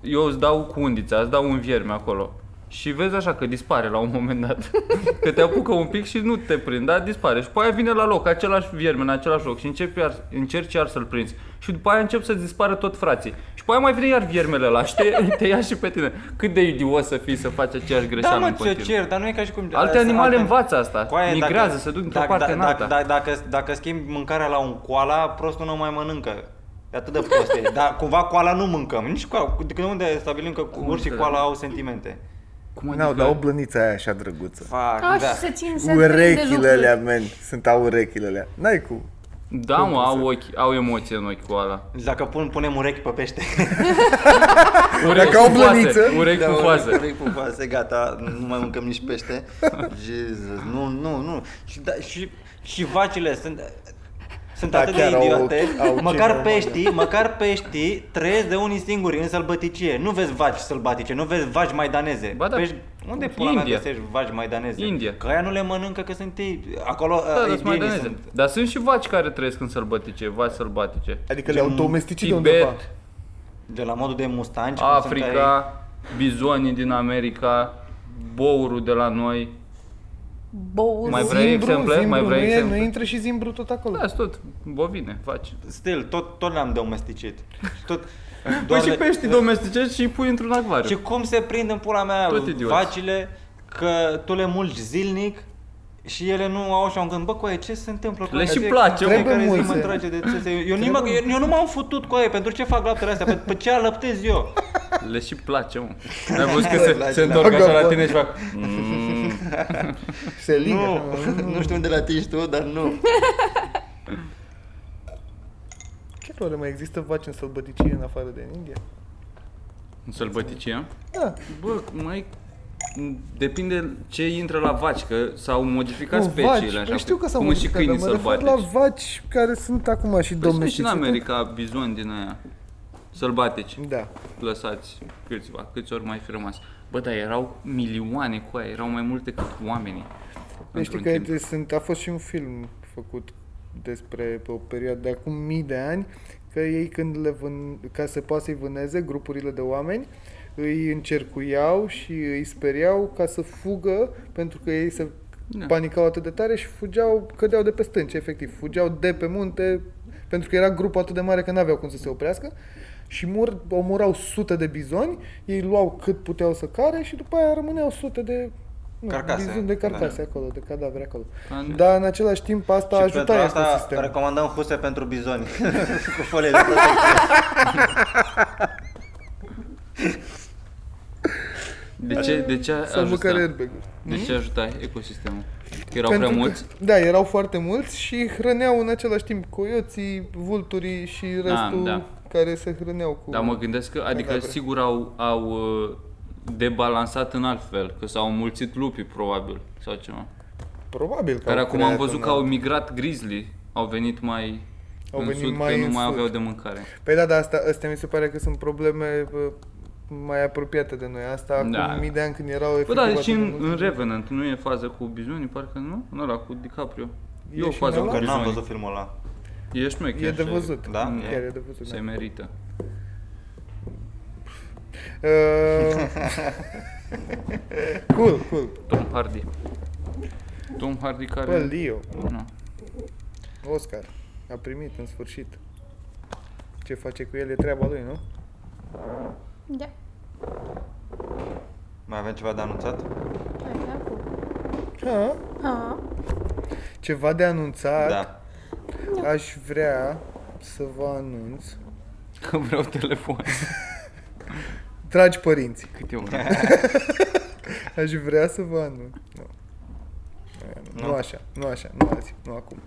A: Eu îți dau cu undița, îți dau un vierme acolo. Și vezi așa că dispare la un moment dat. Că te apucă un pic și nu te prind, dar dispare. Și după aia vine la loc, același vierme, în același loc și începi iar, încerci iar să-l prinzi. Și după aia încep să dispară tot frații. Și după aia mai vine iar viermele ăla și te, te ia și pe tine. Cât de idiot să fii să faci aceeași
D: Da,
A: greșeală
D: mă,
A: în
D: ți-o
A: continuu.
D: cer, dar nu e ca și cum...
A: Alte animale învață asta.
D: Coaie,
A: Migrează,
D: dacă-
A: se duc dintr-o
D: dacă-
A: parte
D: da-
A: în
D: dacă-
A: alta.
D: da- Dacă, dacă schimbi mâncarea la un coala, prostul nu o mai mănâncă. E atât de prost e. Dar cumva coala nu mâncăm. Nici coala. De când unde stabilim că urs și
A: înțeleg?
D: coala au sentimente?
A: Cum
C: N-au, dar o blăniță aia așa drăguță.
D: Fac,
F: Ca
D: da.
F: Ah, și să țin să de
C: Urechile
F: lucruri.
C: alea, men, sunt au urechile alea. N-ai cum.
A: Da, mă, au ochi, au emoție în ochi cu ala.
D: Deci dacă pun, punem urechi pe pește.
A: Urechi
C: au
A: cu foase,
C: blăniță-
A: urechi Da, cu foase.
D: Urechi Da, cu foase, gata, nu mai mâncăm nici pește. Jesus, nu, nu, nu. Și, da, și, și vacile sunt... Sunt
C: Da,
D: atât de
C: chiar au-
D: idiote,
C: au ce
D: măcar
C: normal,
D: peștii, măcar peștii trăiesc de unii singuri în sălbăticie. Nu vezi vaci sălbatice, nu vezi vaci maidaneze.
A: Ba da,
D: Pești, unde pula mea
A: India.
D: găsești vaci maidaneze?
A: India.
D: Că aia nu le mănâncă că sunt ei, acolo
A: Da,
D: da,
A: dar mai
D: indienii sunt.
A: daneze. Dar sunt și vaci care trăiesc în sălbătice, vaci sălbatice.
C: Adică le-au domesticit de undeva.
A: Tibet,
D: De la modul de mustanci. cum sunt aia-
A: Africa, bizonii din America, bourul de la noi.
F: Boul.
A: Mai vrei exemple? mai vrei
C: nu, e, nu
A: exemple?
C: intră și zimbru tot acolo.
A: Da, tot bovine, faci.
D: Still, tot, tot le-am domesticit. Și Tot,
A: Păi
D: doar
A: și
D: le-
A: pești domesticești și îi pui într-un
D: Și
A: acvariu.
D: cum se prind în pula mea
A: Tot idioți.
D: vacile că tu le mulgi zilnic și ele nu au așa un gând, bă, coaie, ce se întâmplă cu
A: Le
D: ele?
A: și
D: Fie-
A: place, mă.
D: fiecare
C: Trebuie
D: zi mă
C: mulțe.
D: trage de țese. Eu, nu mă, eu, eu, nu m-am futut cu aia, pentru ce fac laptele astea? Pe, pe ce alăptez eu?
A: Le și place, mă. Ai văzut că
D: Le
A: se,
D: place,
A: se
D: da.
A: întorc
C: Aga,
A: așa la
C: bă.
A: tine și fac... "Mm."
C: Se lingă.
D: nu știu unde la tine tu, dar nu.
C: Ce role mai există vaci în sălbăticie în afară de în India?
A: În sălbăticie?
C: Da.
A: Bă, mai... Depinde ce intră la vaci, că s-au modificat
C: Nu,
A: speciile
C: vaci.
A: așa.
C: Păi știu că s-au
A: cum și
C: modificat, dar
A: câinii
C: mă refer la
A: sălbatici.
C: vaci care sunt acum și
A: Păi sunt și
C: domestici.
A: în America bizon din aia. Sălbatici,
C: Da.
A: lăsați câțiva, câți ori mai fi rămas. Bă, dar erau milioane cu aia, erau mai multe decât oamenii.
C: Păi știi
A: într-un
C: că
A: timp.
C: e- sunt, a fost și un film făcut despre pe o perioadă de acum mii de ani, că ei când le vân, ca să poată să-i vâneze grupurile de oameni, îi încercuiau și îi speriau ca să fugă pentru că ei se
A: Da.
C: panicau atât de tare și fugeau, cădeau de pe stânci, efectiv, fugeau de pe munte pentru că era grup atât de mare că n-aveau cum să se oprească și mur, omorau sute de bizoni, ei luau cât puteau să care și după aia rămâneau sute de nu,
D: Carcase.
C: bizoni de
D: Da.
C: carcase acolo, de cadavre acolo.
A: Ca în-
C: Dar în același timp asta
D: Da, Și
C: ajută
D: pentru asta
C: ecosistemul.
D: recomandăm huse pentru bizoni. cu folie de protecție.
A: De ce, de ce
C: Sau măcar
A: ajuta?
C: airbag
A: De
C: Hmm?
A: ce ajuta ecosistemul? Că erau prea mulți?
C: da, erau foarte mulți și hrăneau în același timp coioții, vulturii și restul
A: da.
C: care se hrăneau cu...
A: Dar mă gândesc că, adică
C: Cadavre.
A: sigur au, au uh, debalansat în altfel, că s-au mulțit lupii probabil sau ceva.
C: Probabil că
A: Care
C: au
A: acum am
C: creat
A: văzut
C: un
A: că au migrat grizzly, au venit mai
C: Au
A: în
C: venit
A: sud,
C: mai
A: că nu
C: în
A: mai
C: sud. da,
A: aveau de mâncare.
C: Păi da, dar asta, astea mi se pare că sunt probleme bă, mai apropiată de noi. Asta acum
A: Da.
C: mii de ani când erau
A: Bă, da,
C: efectiv
A: deci
C: atât de
A: în,
C: mulți.
A: în Revenant nu e fază cu bizonii, parcă nu? Nu ăla cu DiCaprio.
C: E
A: E o
C: și
A: fază
C: în
A: cu
C: ăla?
D: Că n-am
A: bizonii.
D: văzut filmul ăla.
A: E șmecher.
C: E de
A: și
C: văzut.
D: Da?
C: Mm,
D: E.
C: Chiar e de văzut.
A: Se
C: da.
A: merită.
C: Uh, cool, cool.
A: Tom Hardy. Tom Hardy
C: Bă,
A: care...
C: Leo,
A: Nu.
C: Oscar, a primit în sfârșit. Ce face cu el e treaba lui, nu?
F: Da.
D: Mai avem ceva de anunțat?
F: Hai, da, cu-
C: Ha?
F: Ah,
C: Ceva de anunțat.
D: Da.
C: Aș vrea să vă anunț.
A: Că vreau telefon.
C: Dragi părinți,
A: Câte ore?
C: aș vrea să vă anunț. Nu. Aia Nu, nu așa, nu așa, nu azi, nu acum.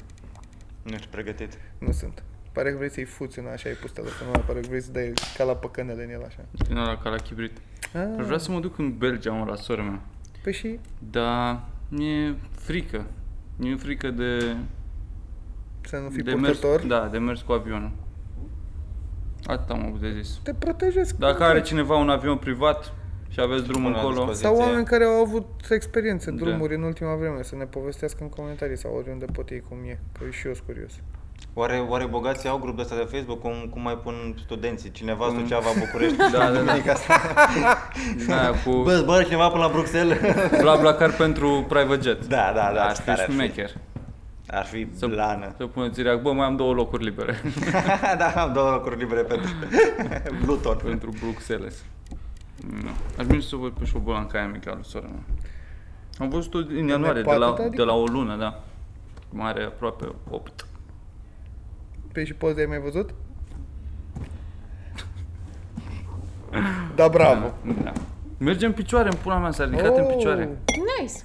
D: Nu ești pregătit.
C: Nu sunt. Pare că vrei să-i fuți în așa, ai pus telefonul ăla, pare că vrei să dai ca la păcănele în el așa.
A: Din ăla ca la chibrit.
C: Ah,
A: Vreau să mă duc în Belgia, mă, la sora mea.
C: Păi și
A: Dar mi-e frică. Mi-e frică de...
C: să nu fii
A: de
C: purtător,
A: Mers, da, de mers cu avionul. Atât am avut de zis.
C: te protejezi.
A: Dacă are cineva un avion privat și aveți drum
D: Pune la
A: încolo,
D: dispoziție.
C: Sau oameni care au avut experiențe,
A: Da.
C: drumuri în ultima vreme, să ne povestească în comentarii sau oriunde pot ei cum e, că și eu sunt curios.
D: Oare, oare bogații au grup de ăsta de Facebook? Cum, cum mai pun studenții? Cineva
A: Cum?
D: Suceava, București?
A: Da, da, da.
D: da.
A: da, cu
D: Bă, zboară cineva până la Bruxelles?
A: bla bla car pentru private jet.
D: Da, da, da,
A: Ar fi
D: tare ar fi.
A: șmecher.
D: Ar fi
A: Să,
D: blană.
A: să puneți direct, bă, mai am două locuri libere
D: da, am două locuri libere pentru Bluton.
A: pentru Bruxelles. Nu. Aș merge să o văd pe șobolan ca aia mică al sora mea. Am văzut-o în ianuarie, de la,
C: patru,
A: de
C: adică?
A: la o lună, da. Mare, aproape 8.
C: Pe Păi și poze ai mai văzut? Da, bravo!
A: Da. Merge în picioare, în pula mea, s-a ridicat oh. în picioare.
F: nice.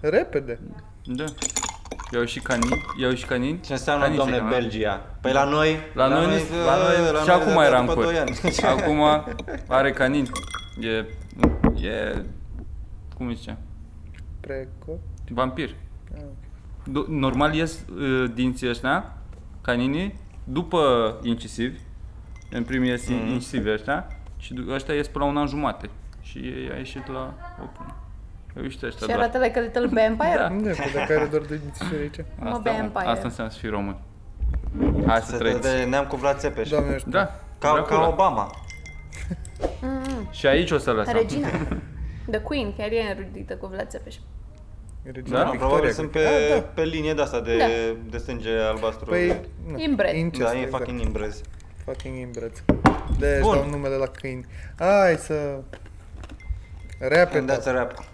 C: Repede!
A: Da. Iau și canini, iau și canini.
D: Ce înseamnă,
A: Canici,
D: domne,
A: da.
D: Belgia? Păi la noi...
A: La noi, nu- la noi, și acum
D: de
A: era în
D: după
A: cur.
D: doi ani.
A: Acum are canin. E, e, cum îi zice,
C: Preco...
A: vampir.
C: Ah, ok.
A: Du- Normal ies uh, dinții ăștia, caninii, după incisivi, în primii ies
D: Mhm.
A: mm incisivi ăștia, și du- ăștia ies până la un an jumate. Și ei a ieșit la 8 Au ieșit ăștia
F: Și
A: doar.
F: arată like a little vampire.
A: Da.
C: Nu, că dacă are doar de dințișori aici.
F: mă
A: Asta,
F: vampire.
A: asta înseamnă să fii român. Hai să
D: Se dă
A: trăiți.
D: de neam cu Vlad Țepeș.
C: Doamne ajută.
A: Da.
D: Ca,
A: Dracula.
D: ca Obama.
A: Și aici o să lăsăm.
F: Regina. The Queen, chiar e înrudită cu Vlad Țepeș.
C: E regina
A: Da?
D: Da,
C: Victoria,
D: probabil
C: cred.
D: sunt
C: Da,
D: pe,
C: da.
D: pe linie de asta de,
F: Da.
D: de sânge albastru.
C: Păi... nu.
F: Inbred.
C: Incest,
D: da, e
C: exact.
D: fucking imbrez.
C: Fucking inbred. De își
D: Bun.
C: dau numele la câini. Hai să... Repede.
D: And that's a wrap.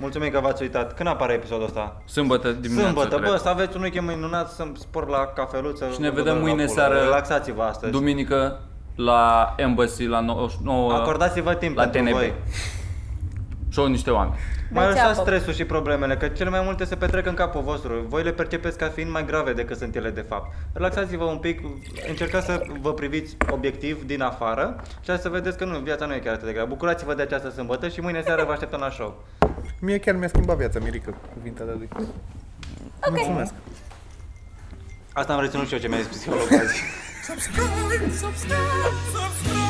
D: Mulțumim că v-ați uitat. Când apare episodul ăsta?
A: Sâmbătă dimineața.
D: Sâmbătă,
A: cred.
D: bă, să aveți un weekend minunat, să spor la cafeluță.
A: Și ne
D: vă
A: vedem
D: dau la
A: mâine
D: pulă.
A: seară.
D: Relaxați-vă astăzi.
A: duminică la Embassy la 9
D: Acordați-vă timp
A: la
D: pentru
A: TNB.
D: voi.
A: și au niște oameni.
D: Mai
F: Beți
D: lăsați
F: apă.
D: stresul și problemele, că cele mai multe se petrec în capul vostru. Voi le percepeți ca fiind mai grave decât sunt ele de fapt. Relaxați-vă un pic, încercați să vă priviți obiectiv din afară și hai să vedeți că nu, viața nu e chiar atât de grea. Bucurați-vă de această sâmbătă și mâine seară vă așteptăm la show.
C: Mie chiar mi-a schimbat viața, Mirica, cu cuvintele lui. Mulțumesc.
D: Asta am reținut și eu ce mi-a zis psihologul azi.
I: subscribe, subscribe, subscribe.